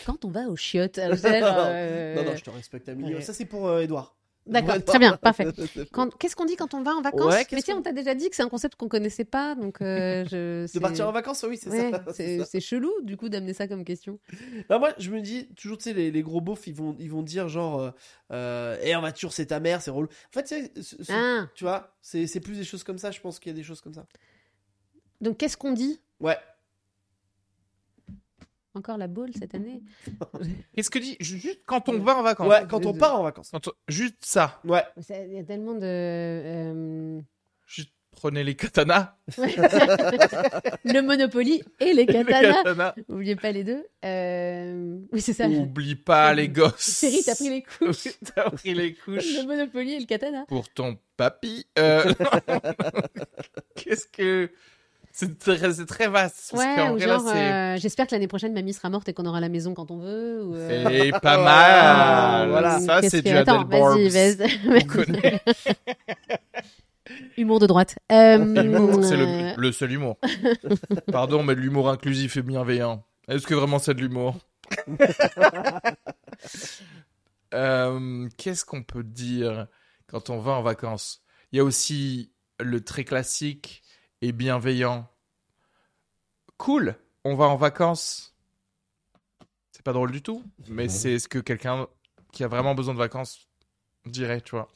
Quand on va aux chiottes. alors, c'est genre, euh,
Non, non, je te respecte à million.
ouais.
Ça, c'est pour euh, Edouard.
D'accord, très bien, parfait. Quand- Qu'est-ce qu'on dit quand on va en vacances
Ouais, qu'est-ce
Mais tiens,
qu'on-
on t'a déjà dit que c'est un concept qu'on connaissait pas, donc euh, je.
De
c'est-
partir en vacances, oui, c'est
Ouais,
ça.
c'est-
c'est ça.
c'est chelou du coup d'amener ça comme question.
Non, Bah, moi, je me dis toujours, tu sais, les, les gros beaufs, ils vont, ils vont dire genre, euh, euh, Eh, en voiture, c'est ta mère, c'est relou. En fait, tu sais, ce- ce-
Ah,
tu vois, c'est c'est plus des choses comme ça. Je pense qu'il y a des choses comme ça.
donc qu'est-ce qu'on dit
Ouais.
Encore la boule cette année
Qu'est-ce que dit ju- Juste quand on va en vacances.
ouais, quand on part en vacances.
Quand on- Juste ça.
Ouais.
Ça- Il y a tellement de. euh,
Juste prenez les katanas.
Le Monopoly et les
Les
katanas.
katanas.
Oubliez pas les deux. Euh, Oui, c'est ça.
Oublie pas les gosses.
Chérie, t'as pris les couches.
T'as pris les couches.
Le Monopoly et le katana.
Pour ton papy. Euh, Qu'est-ce que. C'est très, c'est très vaste. Parce
Ouais,
qu'en
ou
vrai,
genre,
là,
euh, j'espère que l'année prochaine, mamie sera morte et qu'on aura la maison quand on veut. Ou,
c'est.
euh, Ah,
Et pas
Ouais,
mal.
voilà.
Ça,
qu'est-ce
c'est
que-
du
Attends,
Adel Borbs.
vas-y, vas-y.
On connaît.
Humour de droite. Euh,
L'humour, c'est le,
euh,
le seul humour. Pardon, mais de l'humour inclusif et bienveillant. Est-ce que vraiment c'est de l'humour Euh, Qu'est-ce qu'on peut dire quand on va en vacances Il y a aussi le très classique et bienveillant. Cool, on va en vacances. C'est pas drôle du tout, mais c'est ce que quelqu'un qui a vraiment besoin de vacances dirait, tu vois.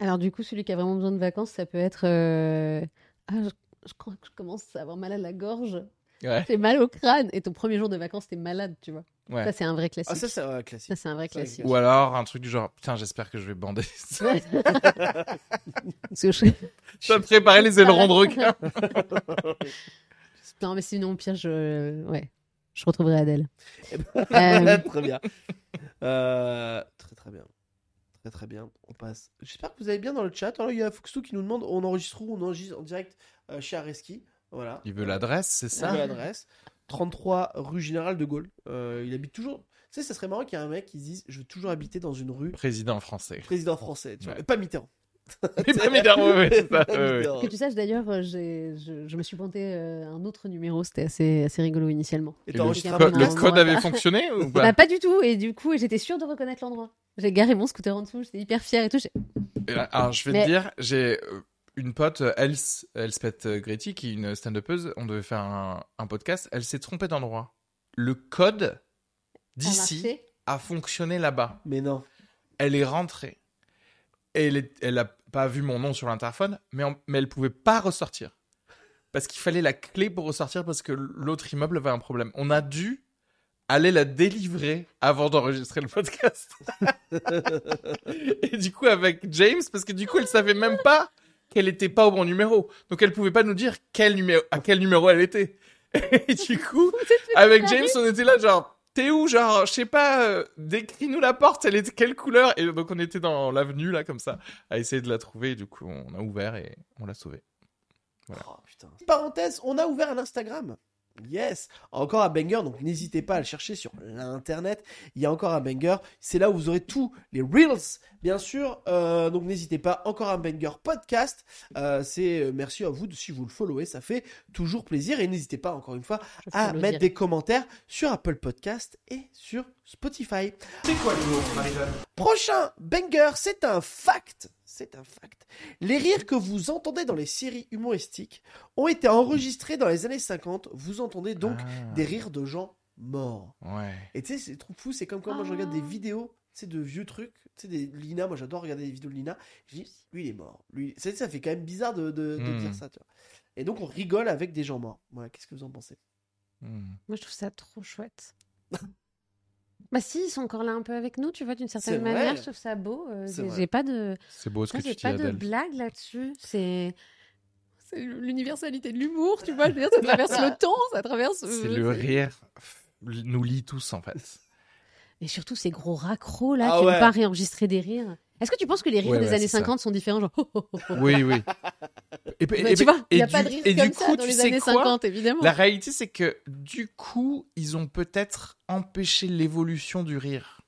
Alors, du coup, celui qui a vraiment besoin de vacances, ça peut être. euh, Ah, je... je crois que je commence à avoir mal à la gorge.
Ouais.
J'ai mal au crâne. Et ton premier jour de vacances, t'es malade, tu vois.
Ouais.
Ça, c'est un vrai classique.
Ah, ça, c'est euh,
Ça,
classique.
c'est un vrai
ça,
classique.
Ou alors un truc du genre, putain, j'espère que je vais bander.
Parce que je-
Ça préparait les ailerons de requin.
Non, mais sinon, au pire, je. Ouais. Je retrouverai Adèle.
Eh
Euh,
très bien. Euh, très très bien. Très très bien. On passe. J'espère que vous allez bien dans le chat. Alors, il y a Fuxou qui nous demande on enregistre où On enregistre en direct euh, chez Areski. Voilà.
Il veut l'adresse, c'est
Il veut
ça
l'adresse. 33 rue Générale de Gaulle. Euh, il habite toujours. Tu sais, ça serait marrant qu'il y ait un mec qui se dise je veux toujours habiter dans une rue
Président français.
président français. Tu vois.
Ouais.
Et Pas Mitterrand.
Mais pas Mitterrand, ouais, ouais, c'est ça,
Pas
ouais, ouais.
Mitterrand.
Que tu saches d'ailleurs, euh, j'ai- je, je me suis pointé euh, un autre numéro, c'était assez, assez rigolo initialement.
Et
Et
t'as
le,
enregistré un
co-
moment,
le
on
podcast.
code
va
avait
pas.
fonctionné ou
Bah,
pas
pas du tout, et du coup j'étais sûre de reconnaître l'endroit. J'ai garé mon scooter en dessous, j'étais hyper fière et tout. j'ai-
Et là, Alors, je vais
Mais-
te dire, j'ai euh, une pote, euh, Else, Elspeth euh, Gretty, qui est une stand-upeuse. On devait faire un, un podcast. Elle s'est trompée d'endroit. Le code
Ça a
d'ici
marché.
a fonctionné là-bas.
Mais non.
Elle est rentrée. Et elle, est- elle a pas vu mon nom sur l'interphone, mais, en- mais elle pouvait pas ressortir. Parce qu'il fallait la clé pour ressortir parce que l'autre immeuble avait un problème. On a dû aller la délivrer avant d'enregistrer le podcast. et du coup, avec James, parce que du coup, elle savait même pas qu'elle était pas au bon numéro. Donc, elle pouvait pas nous dire quel numéro, à quel numéro elle était. Et du coup, avec James, on était là, genre, t'es où Genre, je sais pas, euh, décris-nous la porte, elle est de quelle couleur Et donc, on était dans l'avenue, là, comme ça, à essayer de la trouver. Et du coup, on a ouvert et on l'a sauvée.
Oh, putain. Parenthèse, on a ouvert un Instagram. Yes, encore un banger, donc n'hésitez pas à le chercher sur l'internet. Il y a encore un banger, c'est là où vous aurez tous les reels, bien sûr. Euh, donc n'hésitez pas, encore un banger podcast. Euh, c'est euh, merci à vous de, si vous le followez, ça fait toujours plaisir. Et n'hésitez pas, encore une fois,
Je
à
follow
mettre
direct.
des commentaires sur Apple Podcast et sur Spotify.
C'est quoi l'humour, Marie-Jeanne
Prochain banger, c'est un fact. C'est un fact. Les rires que vous entendez dans les séries humoristiques ont été enregistrés dans les années 50. Vous entendez donc
Ah,
des rires de gens morts.
Ouais.
Et tu sais, c'est trop fou. C'est comme quand moi je
Ah.
regarde des vidéos tu sais, de vieux trucs. Tu sais, des Lina, moi j'adore regarder des vidéos de Lina. Je dis, lui il est mort. Lui, ça, ça fait quand même bizarre de, de- de
Hmm.
dire ça. Tu vois. Et donc on rigole avec des gens morts. Voilà, qu'est-ce que vous en pensez
Hmm.
Moi, je trouve ça trop chouette. bah si, ils sont encore là un peu avec nous, tu vois, d'une
C'est
certaine
vrai.
manière. Je trouve ça beau. euh,
C'est
j'ai-
vrai.
j'ai pas de,
C'est beau ce
moi,
que tu
j'ai
dis,
pas de
Adèle.
blague là-dessus. C'est c'est l'universalité de l'humour, tu vois. Je veux dire, ça traverse le temps, ça traverse.
C'est
euh,
le rire f- nous lie tous en fait.
Et surtout ces gros raccros là
Ah
qui
ouais.
n'ont pas réenregistré des rires. Est-ce que tu penses que les rires
Ouais,
des
ouais,
années
c'est ça.
50 sont différents genre, oh, oh, oh, oh.
Oui, oui. Et, puis-
Bah,
et puis-
Tu vois, il n'y
et
a pas de
du-
rire
et
comme
du coup,
ça dans
tu
les
sais
années
quoi
50, évidemment.
La réalité, c'est que du coup, ils ont peut-être empêché l'évolution du rire.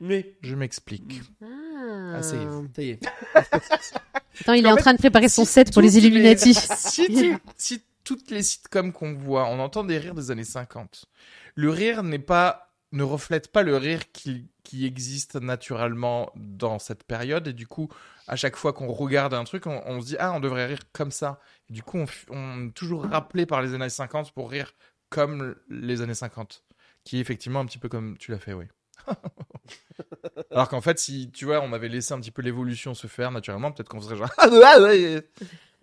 Mais.
Je m'explique.
Ah.
Ah, c'est-
Ça y est.
Attends, il est
en
en
fait,
train de préparer son
si
set pour les
toutes
Illuminati.
si, tu- si toutes les sitcoms qu'on voit, on entend des rires des années 50. Le rire n'est pas, ne reflète pas le rire qui, qui existe naturellement dans cette période. Et du coup, à chaque fois qu'on regarde un truc, on, on se dit ah, on devrait rire comme ça. Et du coup, on, f- on est toujours rappelé par les années 50 pour rire comme les années 50, qui est effectivement un petit peu comme tu l'as fait, oui. Alors qu'en fait, si tu vois, on avait laissé un petit peu l'évolution se faire naturellement, peut-être qu'on serait genre. Ah, ouais, ouais.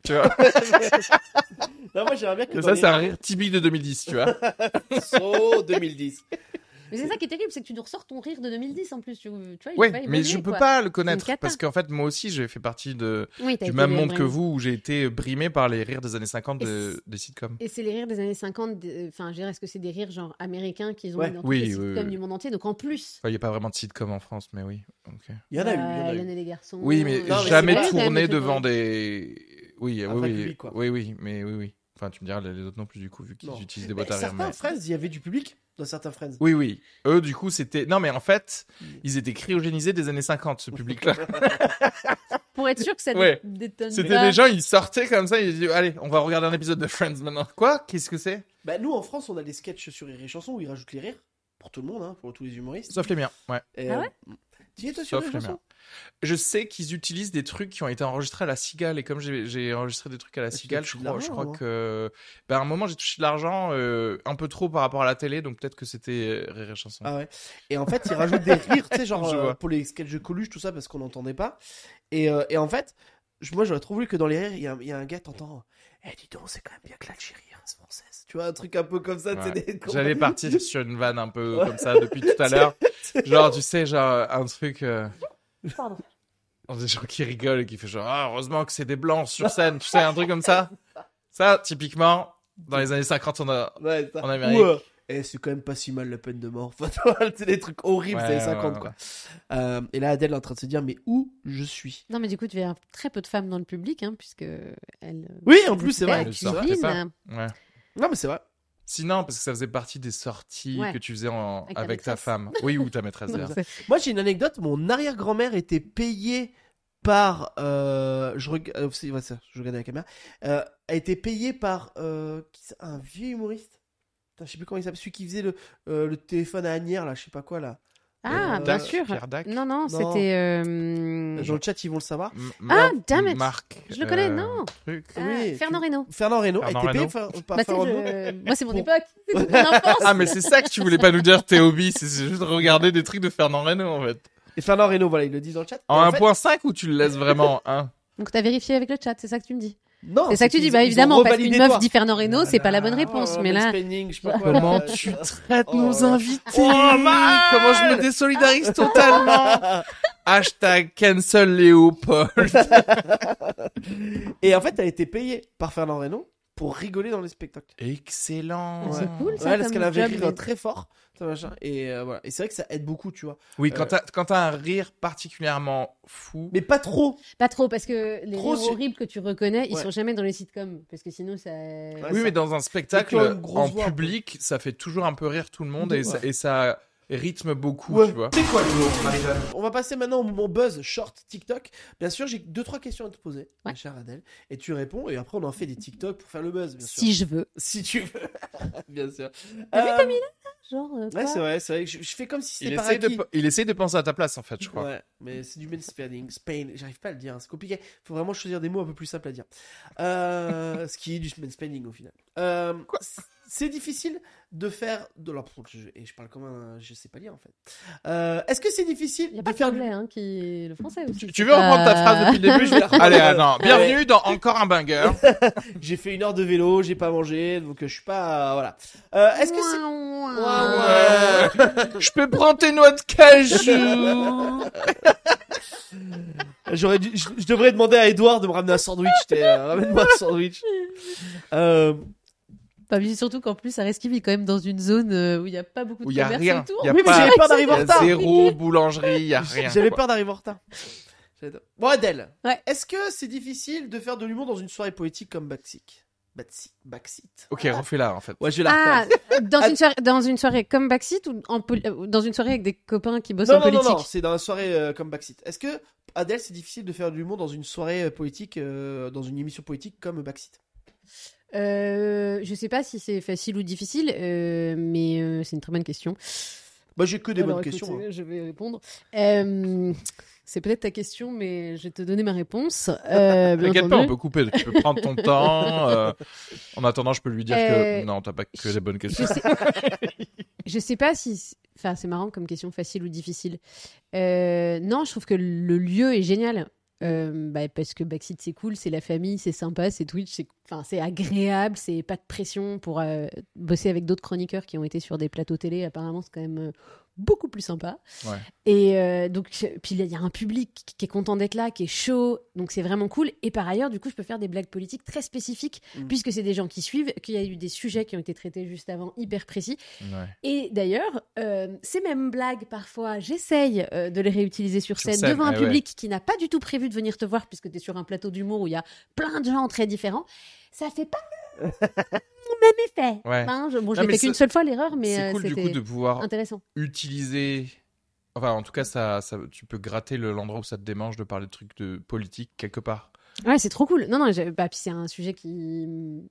Tu vois
Non, moi j'aimerais bien que.
et
dans
ça,
les-
c'est un rire typique de 2010, tu vois.
So 2010.
Mais c'est ça qui est terrible, c'est que tu nous ressors ton rire de 2010 en plus. Tu, tu vois, il
Oui,
a pas
mais
évolué,
je peux
quoi.
pas le connaître
cata.
parce qu'en fait, moi aussi, j'ai fait partie de,
Oui, t'as
du
été
même
le-
monde que
vraiment.
vous où j'ai été brimé par les rires des années 50
Et
de- des sitcoms.
Et c'est les rires des années 50, des- enfin, je dirais, est-ce que c'est des rires genre américains qu'ils ont
Ouais.
eu dans
Oui,
tous les
oui,
sitcoms
oui.
du monde entier Donc en plus,
Enfin, Il n'y a pas vraiment de sitcom en France, mais oui. ok.
Il y en a eu.
euh,
Bah, Il y en a eu.
Hélène et les garçons.
Oui, mais
euh,
mais
jamais
c'est vrai,
quand même,
tourné
le truc,
devant
ouais.
des. Oui,
Un
oui,
vrai
oui,
public, quoi.
oui, oui, mais oui, oui. Enfin, tu me diras les les autres non plus du coup, vu qu'ils
Non.
utilisent des
Mais
boîtes à rire.
certains
mais-
Friends, il y avait du public dans certains Friends.
Oui, oui. Eux, du coup, c'était. Non, mais en fait,
Mm.
ils étaient cryogénisés des années 50, ce public-là.
Pour être sûr que ça ne
Ouais.
détonne
C'était
pas.
des gens, ils sortaient comme ça, ils disaient Allez, on va regarder un épisode de Friends maintenant. Quoi Qu'est-ce que c'est
Bah, nous en France, on a des sketchs sur Rire et Chanson où ils rajoutent les rires pour tout le monde, hein, pour tous les humoristes.
Sauf les miens, ouais.
Et,
Ah
euh,
ouais
Tu y es, toi sur
Sauf
Rire et
les
Chanson
Je sais qu'ils utilisent des trucs qui ont été enregistrés à la cigale, et comme j'ai- j'ai enregistré des trucs à la
Bah, tu
cigale,
touches
je
de
crois, je
l'argent,
crois
hein. moi.
que. Ben, à un moment, j'ai touché de l'argent euh, un peu trop par rapport à la télé, donc peut-être que c'était euh, Rire et Chanson.
Ah ouais. Et en fait, ils rajoutent des rires, tu sais, genre
Je
euh,
vois.
pour les sketchs de Coluche, tout ça, parce qu'on n'entendait pas. Et, euh, et en fait, je- moi j'aurais trop voulu que dans les rires, il y a un- il y, a un gars, t'entends Eh, dis donc, c'est quand même bien que l'Algérie reste française. Tu vois, un truc un peu comme ça, tu
Ouais.
sais, des-
J'allais partir sur une vanne un peu
Ouais.
comme ça depuis tout à l'heure. Genre, tu sais, genre, un truc. euh,
Pardon.
Des gens qui rigolent et qui fait genre, ah, heureusement que c'est des blancs sur scène, tu sais, un truc comme ça. Ça, typiquement, dans les années 50, on a,
Ouais, ça.
en
Ou,
Amérique.
euh, eh, c'est quand même pas si mal la peine de mort. Enfin, tu vois, c'est des trucs horribles,
Ouais,
c'est les
ouais,
50
ouais.
quoi. Euh, et là, Adèle est en train de se dire, mais où je suis
Non, mais du coup, tu vas avoir très peu de femmes dans le public, hein, puisque elles. euh,
Oui, en plus, c'est vrai.
elles
elles
sortaient
cuisinent,
pas.
hein.
Ouais.
Non, mais c'est vrai.
Sinon, parce que ça faisait partie des sorties
Ouais.
que tu faisais en- avec,
Avec ta
ta
maîtresse.
femme. Oui, ou ta maîtresse
Non,
d'ailleurs.
c'est-
Moi, j'ai une anecdote. Mon arrière-grand-mère était payée par. euh, je, reg- euh, c'est- ouais, ça, je regardais la caméra. Euh, a été payée par euh, qui c'est un vieux humoriste. Putain, je sais plus comment il s'appelle. Celui qui faisait le, euh, le téléphone à Agnières, là, je sais pas quoi, là.
Ah,
Euh,
bien
Dac,
sûr.
Pierre Dac.
Non, non,
Non.
c'était. euh,
Dans le chat, ils vont le savoir.
M-
Ah,
Marc-
damn it.
Marc,
Je le connais,
euh,
non.
truc.
Ah,
oui,
Fernand
tu-
Reynaud.
Fernand Reynaud a
Fernand
été payé
Reynaud.
par, par
Bah, tu sais,
Fernand Reynaud.
je- Moi, c'est mon
Pour-
époque. C'est toute mon enfance.
Ah, mais c'est ça que tu voulais pas nous dire, t'es hobby, c'est c'est juste regarder des trucs de Fernand Reynaud en fait.
Et Fernand Reynaud, voilà, il le dit dans le chat. Et
En
en fait,
1.5 ou tu le laisses vraiment hein
Donc, t'as vérifié avec le chat, c'est ça que tu me dis.
Non,
C'est ça que tu
qu'ils-
dis, bah
ils ont
évidemment, parce
revalidé
qu'une meuf
toi.
dit Fernand Reynaud, c'est pas la bonne
Ah,
réponse.
ouais,
mais là,
mansplaining, je sais pas quoi,
Comment
là,
tu
je-
traites
Oh
nos
là là.
invités
Oh, mal
Comment je me désolidarise totalement Hashtag cancel Léopold.
Et en fait, elle a été payée par Fernand Reynaud pour rigoler dans les spectacles.
Excellent.
C'est cool. ça,
Ouais, parce
comme
qu'elle avait
job,
ri
mais-
très fort ça, machin. Et euh, voilà. Et c'est vrai que ça aide beaucoup, tu vois.
Oui, quand
Euh.
t'as- quand t'as un rire particulièrement fou.
Mais pas trop.
Pas trop, parce que les
Trop
rires
su-
horribles que tu reconnais, ils
Ouais.
sont jamais dans les sitcoms. Parce que sinon, ça.
oui,
ça-
mais dans un
Mais quand
spectacle
même, grosse
en
voix, un peu.
public, ça fait toujours un peu rire tout le monde et,
Ouais.
ça, et ça rythme beaucoup,
Ouais.
tu vois.
C'est quoi l'humour, Marie-Jeanne
On va passer maintenant au moment buzz, short, TikTok. Bien sûr, j'ai deux, trois questions à te poser, ma
Ouais.
chère Adèle. Et tu réponds, et après, on en fait des TikTok pour faire le buzz, bien sûr.
Si je veux.
Si tu veux. bien sûr.
T'as vu
Euh,
comme il est Genre. euh,
Ouais,
quoi
c'est vrai, c'est vrai. que Je, je fais comme si
Il
c'était par
essaye, de,
acquis.
pe- il essaye de penser à ta place, en fait, je crois.
Ouais, mais c'est du mansplaining, Spain, j'arrive pas à le dire, hein, c'est compliqué. Faut vraiment choisir des mots un peu plus simples à dire. Euh, ce qui est du mansplaining au final. Euh, c- c'est difficile de faire de alors, pff, je- et je parle comme un, je sais pas lire en fait. Euh, Est-ce que c'est difficile
Il n'y a
de
pas que
faire du-
l'anglais hein, qui est le français aussi.
Tu, tu veux reprendre ta
Euh,
phrase depuis le début
je vais la reprendre.
Allez, attends. Bienvenue dans Encore un banger.
J'ai fait une heure de vélo, j'ai pas mangé, donc euh, je suis pas euh, voilà. Euh, Est-ce que c'est
Ouin, ouin.
Ouah, ouah.
Je peux prendre tes noix de cajou.
J'aurais dû, je, je devrais demander à Edouard de me ramener un sandwich. t'es, euh, Ramène-moi un sandwich. Euh,
Pas obligé, surtout qu'en plus, Areski vit quand même dans une zone euh, où il n'y a pas beaucoup de
Où il y a
commerces
rien,
autour.
il y a
oui, mais
pas-
j'avais peur
Il
d'arriver
y
en
a
retard.
zéro boulangerie, il y a rien.
J'avais
quoi.
peur d'arriver en retard. J'avais- Bon, Adèle,
Ouais.
est-ce que c'est difficile de faire de l'humour dans une soirée poétique comme Backseat Backseat Backseat.
Ok, refais-la, en fait.
Ouais, je vais la
Ah,
refaire.
dans,
Ah.
une soirée, dans une soirée comme Backseat ou en poli- euh, dans une soirée avec des copains qui bossent
Non,
en
non, non,
politique
non, c'est dans une soirée euh, comme Backseat. Est-ce que, Adèle, c'est difficile de faire de l'humour dans une soirée euh, poétique, euh, dans une émission poétique comme Backseat
Euh, Je sais pas si c'est facile ou difficile, euh, mais euh, c'est une très bonne question.
Bah, j'ai que des
Alors,
bonnes
écoute,
questions. hein.
euh, Je vais répondre. Euh, c'est peut-être ta question, mais je vais te donner ma réponse. Euh, bien
T'inquiète pas, on
entendu.
peut couper. Tu peux prendre ton temps. euh, en attendant, je peux lui dire
Euh,
que non, t'as pas que
je-
des bonnes
Je
questions.
sais... je sais pas si. Enfin, c'est marrant comme question facile ou difficile. Euh, non, je trouve que le lieu est génial. Euh, bah, parce que Backseat c'est cool, c'est la famille, c'est sympa, c'est Twitch, c'est enfin, c'est agréable, c'est pas de pression pour euh, bosser avec d'autres chroniqueurs qui ont été sur des plateaux télé. Apparemment, c'est quand même euh, beaucoup plus sympa.
Ouais.
Et euh, donc, je- puis il y a- il y a un public qui- qui est content d'être là, qui est chaud, donc c'est vraiment cool. Et par ailleurs, du coup, je peux faire des blagues politiques très spécifiques,
Mm.
puisque c'est des gens qui suivent, qu'il y a eu des sujets qui ont été traités juste avant, hyper précis.
Ouais.
Et d'ailleurs, euh, ces mêmes blagues, parfois, j'essaye euh, de les réutiliser sur
Sur
scène,
scène,
devant un
eh
public qui n'a pas du tout prévu de venir te voir, puisque tu es sur un plateau d'humour où il y a plein de gens très différents. Ça fait pas le même effet.
Ouais.
Enfin, je, bon, je
Non,
l'ai
mais
fait
c'est-
qu'une seule fois l'erreur, mais
C'est
euh,
cool du coup
c'était
de pouvoir
intéressant.
utiliser. Enfin, en tout cas, ça, ça, tu peux gratter le- l'endroit où ça te démange de parler de trucs de politique quelque part.
Ouais, c'est trop cool. Non, non, j'ai- bah, puis c'est un sujet qui
De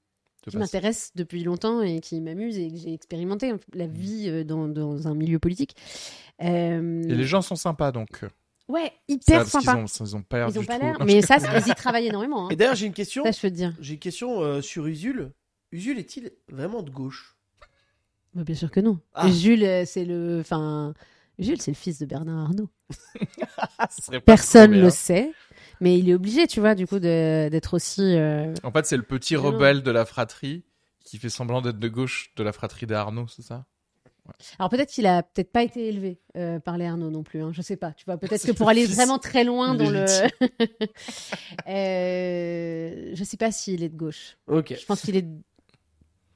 qui
passer.
m'intéresse depuis longtemps et qui m'amuse et que j'ai expérimenté
Mm.
la vie euh, dans, dans un milieu politique. Euh,
Et les gens sont sympas, donc. euh,
Ouais,
ça,
hyper
parce qu'ils
sympa.
ont- Ils ont pas l'air
Ils
du
ont pas
tout.
l'air,
Non,
mais ça, c'est- ils y travaillent énormément. hein.
Et d'ailleurs, j'ai une question.
Ça, je peux te dire.
J'ai une question euh, sur Usul. Usul est-il vraiment de gauche
Bah, bien sûr que non.
Ah.
Jules, euh, c'est le, enfin, Jules, c'est le fils de Bernard Arnault.
Ah, ce serait pas
Personne
trop
le
bien.
sait, mais il est obligé, tu vois, du coup, de- d'être aussi. euh,
En fait, c'est le petit
Non.
rebelle de la fratrie qui fait semblant d'être de gauche de la fratrie d'Arnaud, c'est ça
Alors peut-être qu'il a peut-être pas été élevé euh, par les Arnaud non plus. Hein, je sais pas. Tu vois, peut-être que pour aller vraiment très loin dans le, euh, je sais pas s'il est de gauche.
Ok.
Je pense qu'il est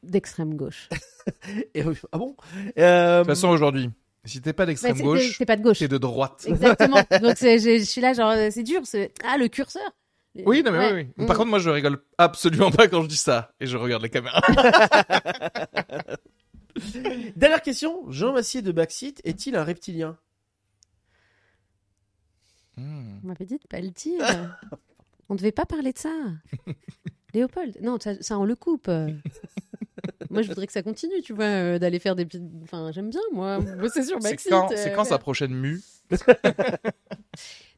d'extrême gauche.
Et- ah bon Euh,
De toute façon, aujourd'hui, si t'es pas d'extrême
Ouais, c'est-
gauche,
c'est pas de gauche.
t'es de droite.
Exactement. Donc c'est- je je suis là, genre, euh, c'est dur. c'est- Ah, le curseur.
Oui, non, mais
Ouais.
oui, oui. Par
Mm.
contre, moi, je rigole absolument pas quand je dis ça. Et je regarde la caméra.
Dernière question. Jean Massier de Backseat est-il un reptilien
Hmm.
On m'avait dit de pas le dire. on devait pas parler de ça. Léopold, non, ça, ça, on le coupe. moi, je voudrais que ça continue, tu vois, euh, d'aller faire des petites. Enfin, j'aime bien, moi, bosser sur
C'est
Maxi.
quand, c'est
euh,
quand sa prochaine mue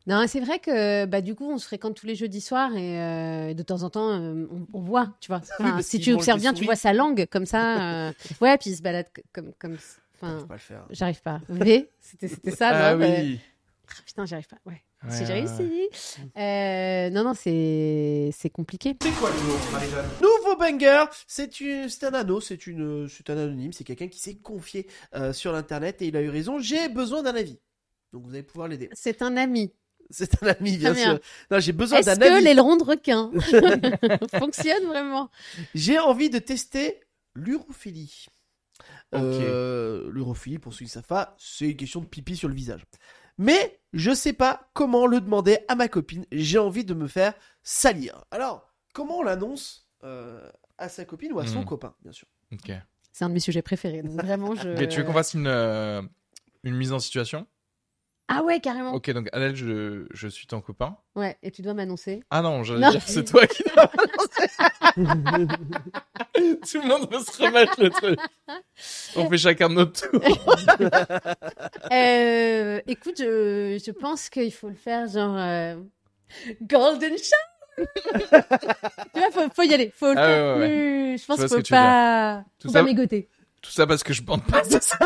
Non, c'est vrai que bah, du coup, on se fréquente tous les jeudis soirs et euh, de temps en temps, euh, on, on voit, tu vois. Enfin,
parce
si
qu'il
tu
mange
observes
des
bien, tu
souris.
vois sa langue comme ça. euh, Ouais, puis il se balade c- comme. comme...
Faut
Enfin,
pas le faire.
j'arrive pas. V, c'était c'était ça,
Ah
non bah, Euh,
oui.
Ah, putain, j'y arrive pas. Ouais.
Ouais,
si j'ai
ouais,
réussi. Euh, non, non, c'est c'est compliqué.
C'est quoi l'humour, Marie-Jeanne
Nouveau banger, c'est une, c'est un anneau, c'est une, c'est un anonyme, c'est quelqu'un qui s'est confié euh, sur l'internet et il a eu raison. J'ai besoin d'un avis. Donc vous allez pouvoir l'aider.
C'est un ami.
C'est un ami, bien,
bien.
sûr. Non, j'ai besoin
Est-ce
d'un
que
avis.
l'aileron de requin fonctionne vraiment
J'ai envie de tester l'urophilie. Euh, L'urophilie, pour ceux qui ne savent pas, c'est une question de pipi sur le visage. Mais je sais pas comment le demander à ma copine. J'ai envie de me faire salir. Alors, comment on l'annonce euh, à sa copine ou à son
Mhm.
copain, bien sûr
Ok.
C'est un de mes sujets préférés. Donc vraiment, je.
Ok, tu veux qu'on fasse une, euh, une mise en situation
Ah ouais, carrément.
Ok, donc Adèle, je, je suis ton copain.
Ouais, et tu dois m'annoncer.
Ah non, j'allais
Non.
dire c'est toi qui l'as annoncé. Tout le monde veut se remettre le truc. On fait chacun de notre tour.
Euh, écoute, je, je pense qu'il faut le faire genre. euh, Golden Shower Tu vois, faut, faut y aller. Faut le
Ah
faire
ouais, ouais,
plus. Je pense
vois
qu'il
ce que
faut
tu veux dire.
pas.
Tout
faut
ça-
pas mégoter.
Tout ça parce que je bande pas de ça.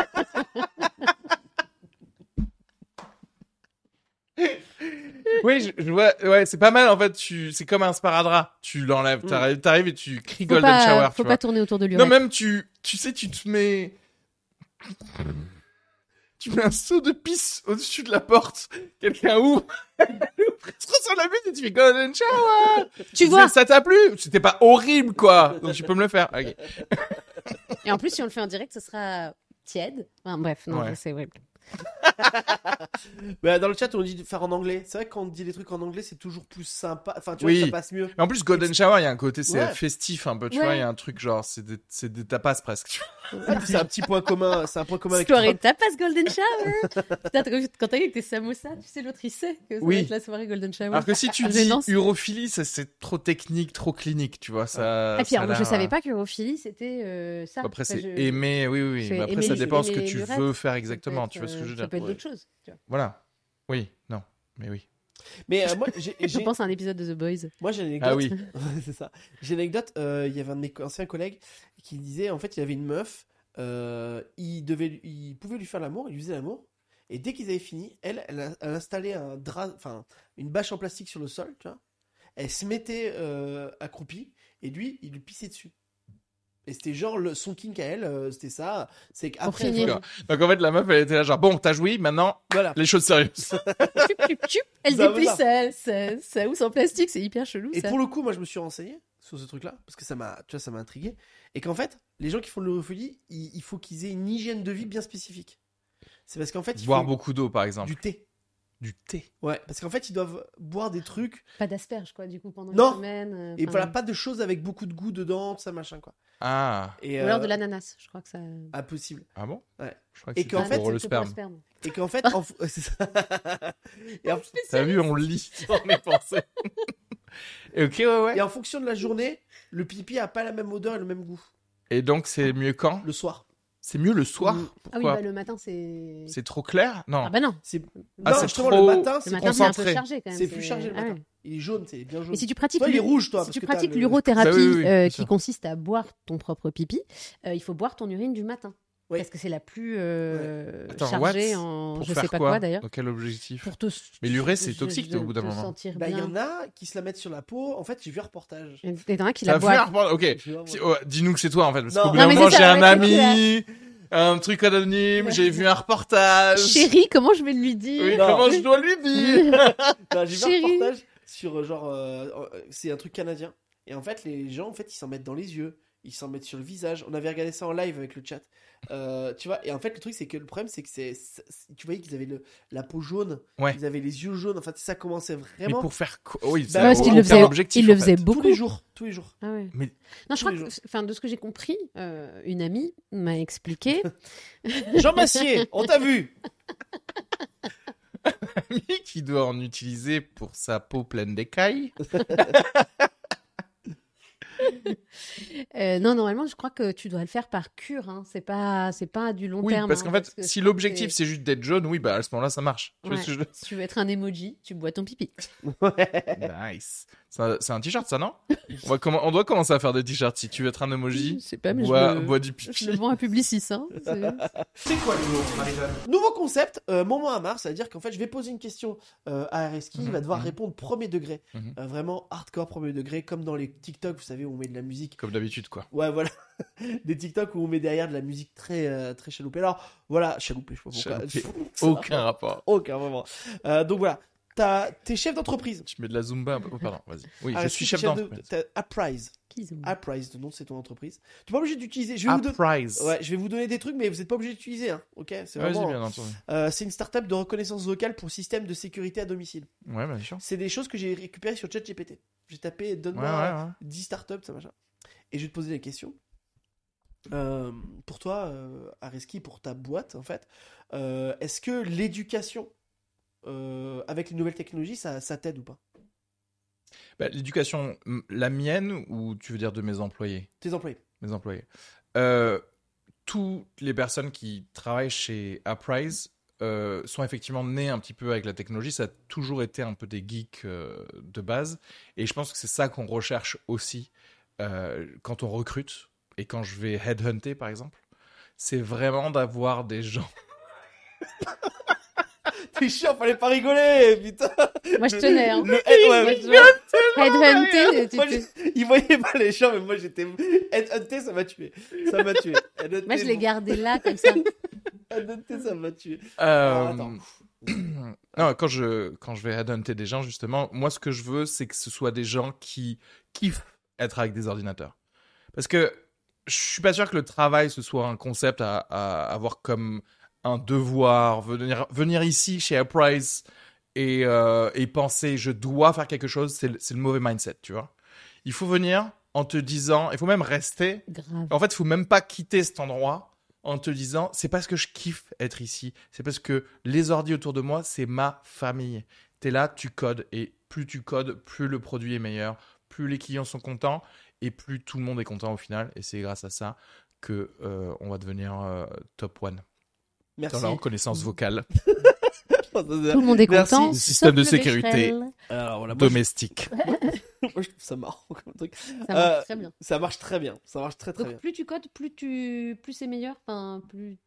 Oui, je, je vois. Ouais, c'est pas mal en fait. Tu, c'est comme un sparadrap. Tu l'enlèves. T'arrives, t'arrives et tu cries
Mm. Faut
Golden
pas,
Shower.
faut
tu
pas
vois.
tourner autour de lui.
Non, même tu, tu sais, tu te mets. Tu mets un seau de pisse au-dessus de la porte. Quelqu'un ouvre. Tu ressens la bite et tu fais Golden Shower.
Tu vois.
Ça t'a plu C'était pas horrible quoi. Donc tu peux me le faire. Ok.
Et en plus, si on le fait en direct, ce sera tiède. Enfin, bref, non,
Ouais.
c'est horrible.
Bah, Dans le chat, on dit de faire en anglais. C'est vrai que quand on dit les trucs en anglais, c'est toujours plus sympa. Enfin, tu
Oui.
vois, ça passe mieux.
Mais en plus, Golden Shower, il y a un côté c'est
Ouais.
festif un peu. Tu
Ouais.
vois, il y a un truc genre, c'est des, c'est des tapas presque. tu vois.
Ah, C'est un petit point commun. C'est un point commun avec
Soirée
Trump.
tapas Golden Shower. Putain, t'as- quand t'as eu avec tes samosas, tu sais, l'autre il sait que ça
Oui.
va être la soirée Golden Shower.
Alors que si tu
Je
dis
lance.
urophilie, ça, c'est trop technique, trop clinique. Tu vois, ça.
Et Ah, puis,
ça a
alors, moi, je
l'air, euh,
savais pas que l'urophilie, c'était euh, ça.
Après,
Enfin,
c'est
je-
aimer, oui, oui.
c'est
oui. Mais après,
aimer
ça
les-
dépend ce
aimer
que
les
tu
lurettes,
veux faire
ça peut
exactement.
être,
tu vois ce que
euh,
je veux
Ça
dire
peut être
Ouais.
d'autres choses. tu vois.
Voilà. Oui, non, mais oui.
Mais euh, moi, j'ai
Je
j'ai-
pense à un épisode de The Boys.
moi, j'ai une anecdote.
Ah oui.
Ouais, c'est ça. J'ai une anecdote. euh, il y avait un de mes co- anciens collègues qui disait en fait, il avait une meuf. euh, il devait, lui- il pouvait lui faire l'amour, il lui faisait l'amour. Et dès qu'ils avaient fini, elle, elle, a- elle installait un drap, enfin une bâche en plastique sur le sol, tu vois. Elle se mettait euh, accroupie et lui, il lui pissait dessus. Et c'était genre le, son kink à elle, euh, c'était ça. C'est
Pour
qu'après,
finir.
Donc en fait, la meuf, elle était là genre, bon, t'as joui, maintenant,
voilà.
les choses sérieuses.
Chup, chup, chup. Elle
Bah,
Ça
déplie
va.
sa, sa, sa housse en plastique, c'est hyper chelou
Et
ça.
pour le coup, moi, je me suis renseigné sur ce truc-là parce que ça m'a, tu vois, ça m'a intrigué. Et qu'en fait, les gens qui font de l'europhilie, il, il faut qu'ils aient une hygiène de vie bien spécifique. C'est parce qu'en fait, ils
Boire
font
beaucoup hein, d'eau, par exemple.
du thé.
Du thé.
Ouais, parce qu'en fait, ils doivent boire des trucs
Pas d'asperges, quoi, du coup, pendant
Non.
une semaine. euh,
et
enfin,
voilà, pas de choses avec beaucoup de goût dedans, tout ça machin quoi.
Ah,
Et
Ou alors
euh,
de l'ananas, je crois que ça. Ah,
impossible.
ah bon
Ouais.
Je crois
Et
que
qu'en
c'était
En
fait,
pour le sperme.
Et qu'en fait, en... c'est ça. et, en...
T'as vu, on lit dans les pensées. Et ok, ouais, ouais.
et en fonction de la journée, le pipi a pas la même odeur et le même goût
Et donc, c'est mieux quand
le soir.
C'est mieux le soir
Mm.
Ah oui,
Quoi
bah, le matin, c'est.
C'est trop clair Non.
Ah bah non.
C'est
Ah,
non,
c'est
justement,
trop-
le matin,
Le
c'est
matin, c'est un peu
concentré.
chargé quand même.
c'est plus chargé le
Ah ouais.
matin. Il est jaune, c'est bien jaune.
Et si tu pratiques.
Toi, il est
le-
rouge, toi.
si
parce
tu
que t'as
pratiques
le-
l'urothérapie
Ça, oui, oui, oui,
euh,
bien
qui
sûr.
consiste à boire ton propre pipi, euh, il faut boire ton urine du matin.
Oui.
Parce que c'est la plus euh,
Attends,
chargée
what
en
Pour
je
faire
sais pas
quoi,
quoi, d'ailleurs.
Dans quel objectif
Pour te-
Mais l'urée, c'est
je-
toxique,
je-
au bout d'un
te
moment.
sentir
Bah, il y
bien.
en a qui se la mettent sur la peau. En fait, j'ai vu un reportage.
Et il y en a qui
T'as
la
vu la
boivent.
reporte- Ok.
Tu vois,
C'est-
voilà.
oh, Dis-nous que c'est toi en fait, parce
Non.
qu'au bout
Non,
d'un
mais
moment
c'est
j'ai
ça,
un
ouais, c'est
ami, un truc anonyme,
Ouais.
j'ai vu un reportage.
Chérie, comment je vais lui
Oui,
dire
Non.
comment je dois lui dire
Non, bah, J'ai vu un
Chérie.
reportage sur euh, genre. euh, euh, c'est un truc canadien. Et en fait, les gens, en fait, ils s'en mettent dans les yeux. Ils s'en mettent sur le visage. On avait regardé ça en live avec le chat. Euh, tu vois, et en fait, le truc, c'est que le problème, c'est que c'est. c'est- Tu voyais qu'ils avaient le, la peau jaune.
Ouais.
Ils avaient les yeux jaunes. Enfin, ça commençait
Mais
vraiment
pour faire quoi Oui,
Bah, parce
c'est
qu'il le faisait-
objectif.
il le
en fait.
faisait
tous
beaucoup.
les jours. Tous les jours.
Ah ouais.
Mais-
non, je
Tous
crois
les
que, enfin, de ce que j'ai compris, euh, une amie m'a expliqué.
Jean Massier, on t'a vu
Ami qui doit en utiliser pour sa peau pleine d'écailles.
euh, non, normalement, je crois que tu dois le faire par cure. Hein. C'est pas, c'est pas du long
Oui,
terme.
parce
hein,
qu'en fait,
que
si
c'est-
l'objectif c'est juste d'être jaune, oui, bah à ce moment-là ça marche. Tu vois
Ouais.
ce que
Si tu veux être un emoji, tu bois ton pipi.
je- Nice. C'est un- C'est un t-shirt ça, non on, va comm- on doit commencer à faire des t-shirts. Si tu veux être un emoji,
sais pas, mais
bois,
je, le...
bois du
je le
pipi.
vends à Publicis. Hein. C'est-
C'est quoi l'humour, Marie-Jeanne
Nouveau concept, euh, moment à Mars, c'est-à-dire qu'en fait, je vais poser une question euh, à Areski, il va
Mhm,
devoir
mhm.
répondre premier degré,
Mhm.
Euh, vraiment hardcore premier degré, comme dans les TikTok, vous savez, où on met de la musique.
Comme d'habitude quoi.
Ouais, voilà, des TikTok où on met derrière de la musique très euh, très chaloupée. Alors voilà, chaloupée, je sais pas pourquoi.
Chaloupée. Aucun rapport.
Aucun, vraiment. Euh, donc voilà, t'as- t'es chef d'entreprise.
Tu mets de la Zumba. Oh, pardon, vas-y. Oui,
Ah,
je
la
suis
suite,
chef
de-
d'entreprise.
t'as Apprise.
Qu'ils
Ah.
ont.
Apprise, le nom c'est ton entreprise. Tu n'es pas obligé d'utiliser. Je vais vous donner.
Apprise.
Ouais, je vais vous donner des trucs, mais vous n'êtes pas obligé d'utiliser. Hein. Ok, c'est
Vas-y,
vraiment.
bien entendu.
Euh, c'est une startup de reconnaissance vocale pour système de sécurité à domicile.
Ouais, bien sûr.
C'est des choses que j'ai récupérées sur ChatGPT. J'ai tapé
Ouais,
donne-moi
ouais, ouais.
10 startups, ça machin. Et je vais te poser des questions. Euh, pour toi, euh, Areski, pour ta boîte, en fait, euh, est-ce que l'éducation euh, avec les nouvelles technologies, ça, ça t'aide ou pas
Bah, L'éducation, m- la mienne ou tu veux dire de mes employés
Tes employés
Mes employés. Euh, toutes les personnes qui travaillent chez Apprise euh, sont effectivement nées un petit peu avec la technologie. Ça a toujours été un peu des geeks euh, de base. Et je pense que c'est ça qu'on recherche aussi euh, quand on recrute et quand je vais headhunter, par exemple. C'est vraiment d'avoir des gens.
T'es chiant, fallait pas rigoler, putain
Moi, je tenais. Hein.
Le- eh, ouais,
Moi,
ouais.
je- Headhunter, tu
Moi,
t'es-
je- Il voyait pas les chiens, mais moi j'étais. Headhunté, ça m'a tué. Ça m'a tué.
Moi, je
Headhunté,
l'ai gardé là, comme ça.
Headhunté, Ah, ça m'a tué.
Euh,
Ah, attends.
Non, quand je, quand je vais headhunter des gens, justement, moi, ce que je veux, c'est que ce soit des gens qui kiffent être avec des ordinateurs. Parce que je suis pas sûr que le travail, ce soit un concept à, à avoir comme un devoir. Venir, venir ici, chez Apprise, et, euh, et penser « je dois faire quelque chose », c'est le c'est le mauvais mindset, tu vois. Il faut venir en te disant, il faut même rester
Grave.
en fait, il faut même pas quitter cet endroit en te disant c'est parce que je kiffe être ici, c'est parce que les ordi autour de moi, c'est ma famille. Tu es là, tu codes et plus tu codes, plus le produit est meilleur, plus les clients sont contents et plus tout le monde est content au final et c'est grâce à ça que euh, on va devenir euh, top one
Merci.
dans la reconnaissance vocale
Tout le monde est
Merci.
content.
Le système de
sauf le
sécurité.
Becherel.
Alors, voilà, moi,
domestique.
je, moi, je trouve ça marrant comme truc.
Ça marche
Euh,
très bien.
Ça marche très bien. Ça marche très très
Donc,
bien.
plus tu codes, plus tu, plus c'est meilleur. Enfin, plus.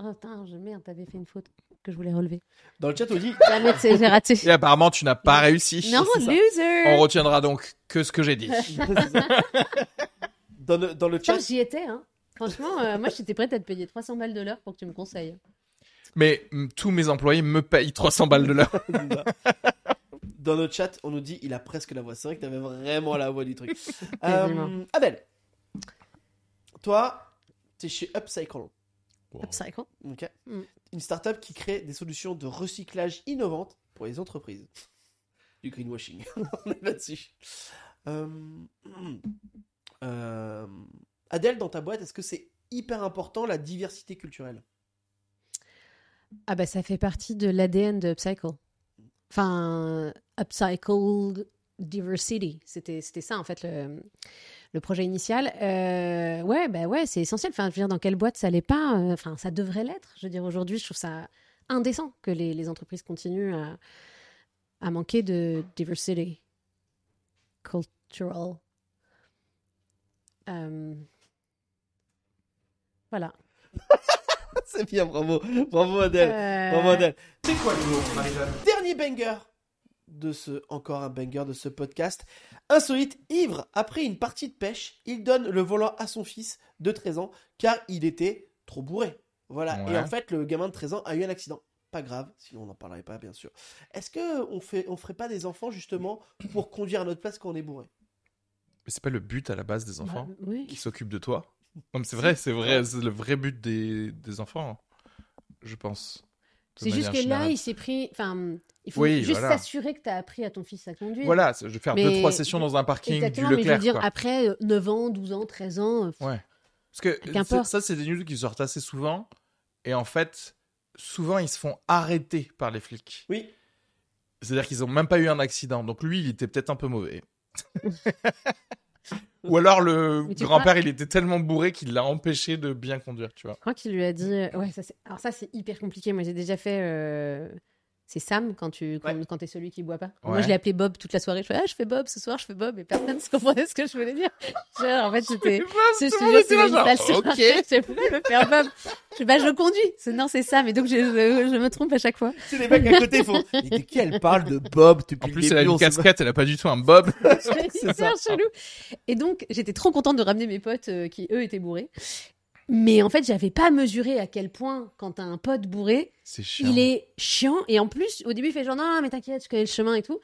Ah, putain, je... merde, t'avais fait une faute que je voulais relever.
Dans le chat, on dit.
Ah, merde, c'est- j'ai raté.
Et apparemment, tu n'as pas réussi.
Non,
c'est ça.
On
loser.
retiendra donc que ce que j'ai dit.
dans, le, dans le chat.
Putain, j'y étais, hein. Franchement, euh, moi, j'étais prête à te payer 300 balles de l'heure pour que tu me conseilles.
Mais mm, tous mes employés me payent 300 balles de l'heure.
Dans notre chat, on nous dit il a presque la voix. C'est vrai que t'avais vraiment la voix du truc. euh,
Quasiment.
Adèle, toi, t'es chez Upcycle.
Upcycle.
Ok.
Mm.
Une startup qui crée des solutions de recyclage innovantes pour les entreprises. Du greenwashing. On est là-dessus. Euh, mm. euh, Adèle, dans ta boîte, est-ce que c'est hyper important la diversité culturelle
Ah bah ça fait partie de l'ADN de Upcycle. Enfin, Upcycled Diversity, c'était c'était ça en fait le, le projet initial. Euh, ouais, bah ouais, c'est essentiel. Enfin, je veux dire, dans quelle boîte ça l'est pas euh, Enfin, ça devrait l'être. Je veux dire, aujourd'hui, je trouve ça indécent que les, les entreprises continuent à, à manquer de diversity cultural. Euh, voilà.
C'est bien, bravo. Bravo Adèle. Bravo
Euh,
Adèle.
C'est quoi le mot, Marie-Jeanne
Dernier banger de ce, encore un banger de ce podcast. Insolite, ivre, après une partie de pêche, il donne le volant à son fils de 13 ans car il était trop bourré. Voilà.
Ouais.
Et en fait, le gamin de 13 ans a eu un accident. Pas grave, sinon on n'en parlerait pas, bien sûr. Est-ce que on fait, on ferait pas des enfants justement pour conduire à notre place quand on est bourré
Mais c'est pas le but à la base des enfants
bah, oui.
qui s'occupent de toi. Non, mais c'est vrai, c'est vrai, c'est le vrai but des, des enfants, hein, je pense. de
C'est juste
manière
que là,
générale.
il s'est pris. Enfin, il faut
Oui,
juste
voilà.
s'assurer que tu as appris à ton fils à conduire.
Voilà, c'est- je vais faire deux
Mais-
trois sessions dans un parking
Exactement,
du
mais je veux
Leclerc.
dire,
quoi.
après euh, 9 ans, 12 ans, 13 ans, euh, pff,
Ouais. Parce que
Qu'importe.
c'est- ça, c'est des news qui sortent assez souvent, et en fait, souvent ils se font arrêter par les flics.
Oui.
C'est-à-dire qu'ils ont même pas eu un accident. Donc lui, il était peut-être un peu mauvais. Ou alors le
Mais tu
grand-père, il était tellement bourré qu'il l'a empêché de bien conduire, tu vois.
je crois qu'il lui a dit. euh, Ouais, ça, c'est- alors ça, c'est hyper compliqué. Moi, j'ai déjà fait. euh, C'est Sam quand tu quand,
Ouais.
quand t'es celui qui boit pas.
Ouais.
Moi, je l'ai appelé Bob toute la soirée. Je fais, ah, je fais Bob ce soir, je fais Bob. Et personne ne comprenait ce que je voulais dire. Genre, en fait, c'était. Je
Tout
suis
le monde
là,
était là, genre,
ok. Je pouvais le faire Bob. Je, bah, je conduis. C'est- Non, c'est ça. Mais donc, je, je- je me trompe à chaque fois.
C'est les mecs à côté, ils font. Mais de qui elle parle de Bob depuis
En
le
plus,
début,
elle a
on
une
sait pas-
casquette, elle a pas du tout un bob.
C'était
C'est ça.
hyper chelou. Et donc, j'étais trop contente de ramener mes potes euh, qui, eux, étaient bourrés. Mais en fait, j'avais pas mesuré à quel point, quand t'as un pote bourré,
C'est chiant.
il est chiant. Et en plus, au début, il fait genre, non, mais t'inquiète, je connais le chemin et tout.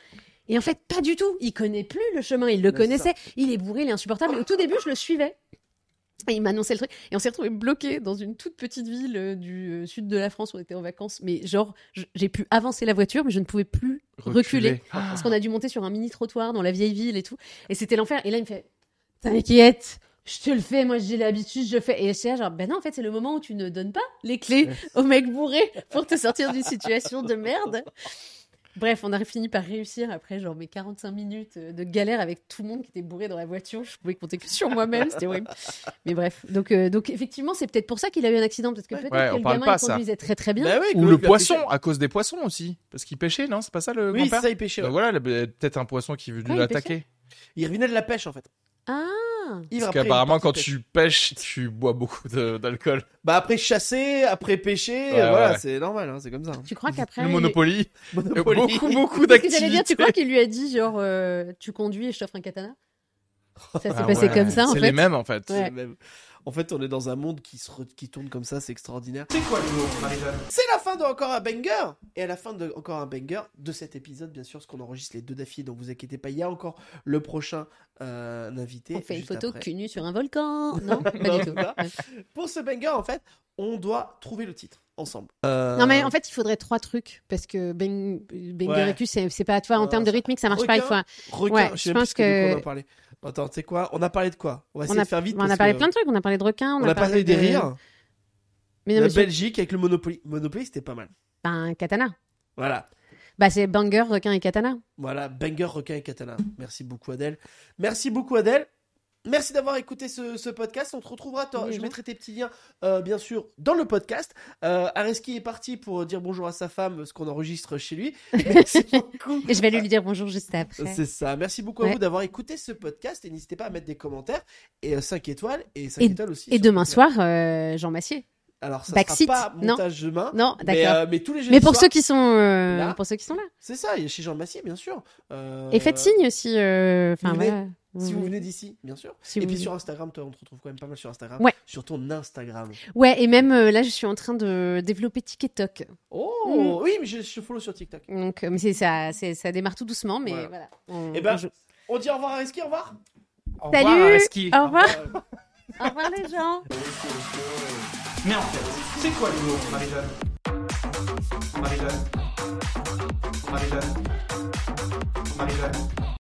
Et en fait, pas du tout. Il connaît plus le chemin. Il le
Ouais,
connaissait. Il est bourré, il est insupportable. Et au tout début, je le suivais. Et il m'annonçait le truc. Et on s'est retrouvés bloqués dans une toute petite ville euh, du euh, sud de la France. On était en vacances. Mais genre, je- j'ai pu avancer la voiture, mais je ne pouvais plus reculer.
Ah,
Parce qu'on a dû monter sur un mini trottoir dans la vieille ville et tout. Et c'était l'enfer. Et là, il me fait T'inquiète, je te le fais, moi j'ai l'habitude, je le fais. Et c'est genre, ben non, en fait, c'est le moment où tu ne donnes pas les clés au mec bourré pour te sortir d'une situation de merde. Bref, on a fini par réussir après genre mes 45 minutes euh, de galère avec tout le monde qui était bourré dans la voiture. Je pouvais compter que sur moi-même, c'était horrible. Mais bref, donc, euh, donc effectivement, c'est peut-être pour ça qu'il a eu un accident, parce que peut-être
Ouais,
que
on
le
parle
gamin
pas,
il
ça.
conduisait très très bien.
Bah oui,
Ou
Chloé,
le
puis
poisson, à cause des poissons aussi. Parce qu'il pêchait, non C'est pas ça le
après- Oui,
grand-père
ça, il pêchait.
Ben
ouais.
Voilà, le- peut-être un poisson qui est venu
Ouais, il
l'attaquer.
Il revenait de la pêche en fait.
Ah,
Ivre
Parce
après une
qu'apparemment,
partie
quand
de pêche.
tu pêches, tu bois beaucoup de- d'alcool.
Bah après chasser, après pêcher,
Ouais,
euh, voilà,
ouais.
c'est normal, hein, c'est comme ça.
tu crois qu'après.
le
il-
Monopoly.
Monopoly.
Beaucoup, beaucoup
Parce que j'allais dire,
d'activités.
tu crois qu'il lui a dit genre euh, tu conduis et je t'offre un katana Ça s'est
Ah
passé
ouais.
comme ça en
C'est
fait.
les mêmes en fait.
Ouais.
C'est même- En fait, on est dans un monde qui, se re- qui tourne comme ça, c'est extraordinaire.
C'est quoi l'humour, Marie-Jeanne
C'est la fin de Encore un banger Et à la fin de Encore un banger, de cet épisode, bien sûr, ce qu'on enregistre les deux d'affilée, donc vous inquiétez pas, il y a encore le prochain euh, invité.
On fait une
juste
photo
après.
cul nu sur un volcan. Non, pas
Non,
du tout.
voilà.
Ouais.
Pour ce banger, en fait, on doit trouver le titre ensemble. Euh,
Non mais en fait il faudrait trois trucs parce que bang, banger
Ouais. Euh,
et cul c'est c'est pas tu vois en
Non,
termes de rythmique ça marche pas il faut un-
Requin,
ouais,
je
je
sais même
pense
plus ce que... de
que-
quoi on a parlé. Attends, tu sais quoi On a parlé de quoi On va essayer
a,
de faire vite.
on a
parce
parlé
que
plein de trucs on a parlé de requins
On a parlé des
de-
rires.
mais non,
La
mais je-
Belgique avec le Monopoly. Monopoly, c'était pas mal.
bah, un katana
Voilà.
bah c'est banger requin et katana
Voilà, banger requin et katana. Merci beaucoup Adèle. Merci beaucoup Adèle. Merci d'avoir écouté ce, ce podcast. On te retrouvera. toi.
Oui,
je
oui.
mettrai tes petits liens, euh, bien sûr, dans le podcast. Euh, Areski est parti pour dire bonjour à sa femme, ce qu'on enregistre chez lui. Merci beaucoup.
et je vais lui dire bonjour juste après
C'est ça. Merci beaucoup à
Ouais.
vous d'avoir écouté ce podcast et n'hésitez pas à mettre des commentaires et 5 étoiles et 5
Et-
étoiles aussi.
et
sur-
demain soir euh, Jean Massier
Alors ça
Backseat,
sera pas
non.
montage demain.
non
Mais,
d'accord
euh, mais tous les jeudis
mais pour
soirs,
ceux qui sont euh,
Là.
pour ceux qui sont là
c'est ça. Il y a chez Jean Massier, bien sûr. Euh,
et faites signe si euh, enfin
vous venez-
voilà
si vous
Vous-
venez d'ici, bien sûr.
si
et
vous-
puis sur Instagram, toi, on te retrouve quand même pas mal sur Instagram.
Ouais. Mm.
Sur ton Instagram.
Ouais, et même euh, là, je suis en train de développer TikTok.
Oh Oui, mais je, je follow sur TikTok.
Donc, euh, mais c'est ça, c'est- ça démarre tout doucement, mais
Voilà.
voilà. On-
Eh ben,
on joue.
On dit au revoir à Reski, au revoir Euh,
Au
Salut
revoir, Areski.
Au revoir. Au revoir les gens.
Mais en fait, c'est quoi l'humour, Marie-Jeanne Marie-Jeanne Marie-Jeanne Marie-Jeanne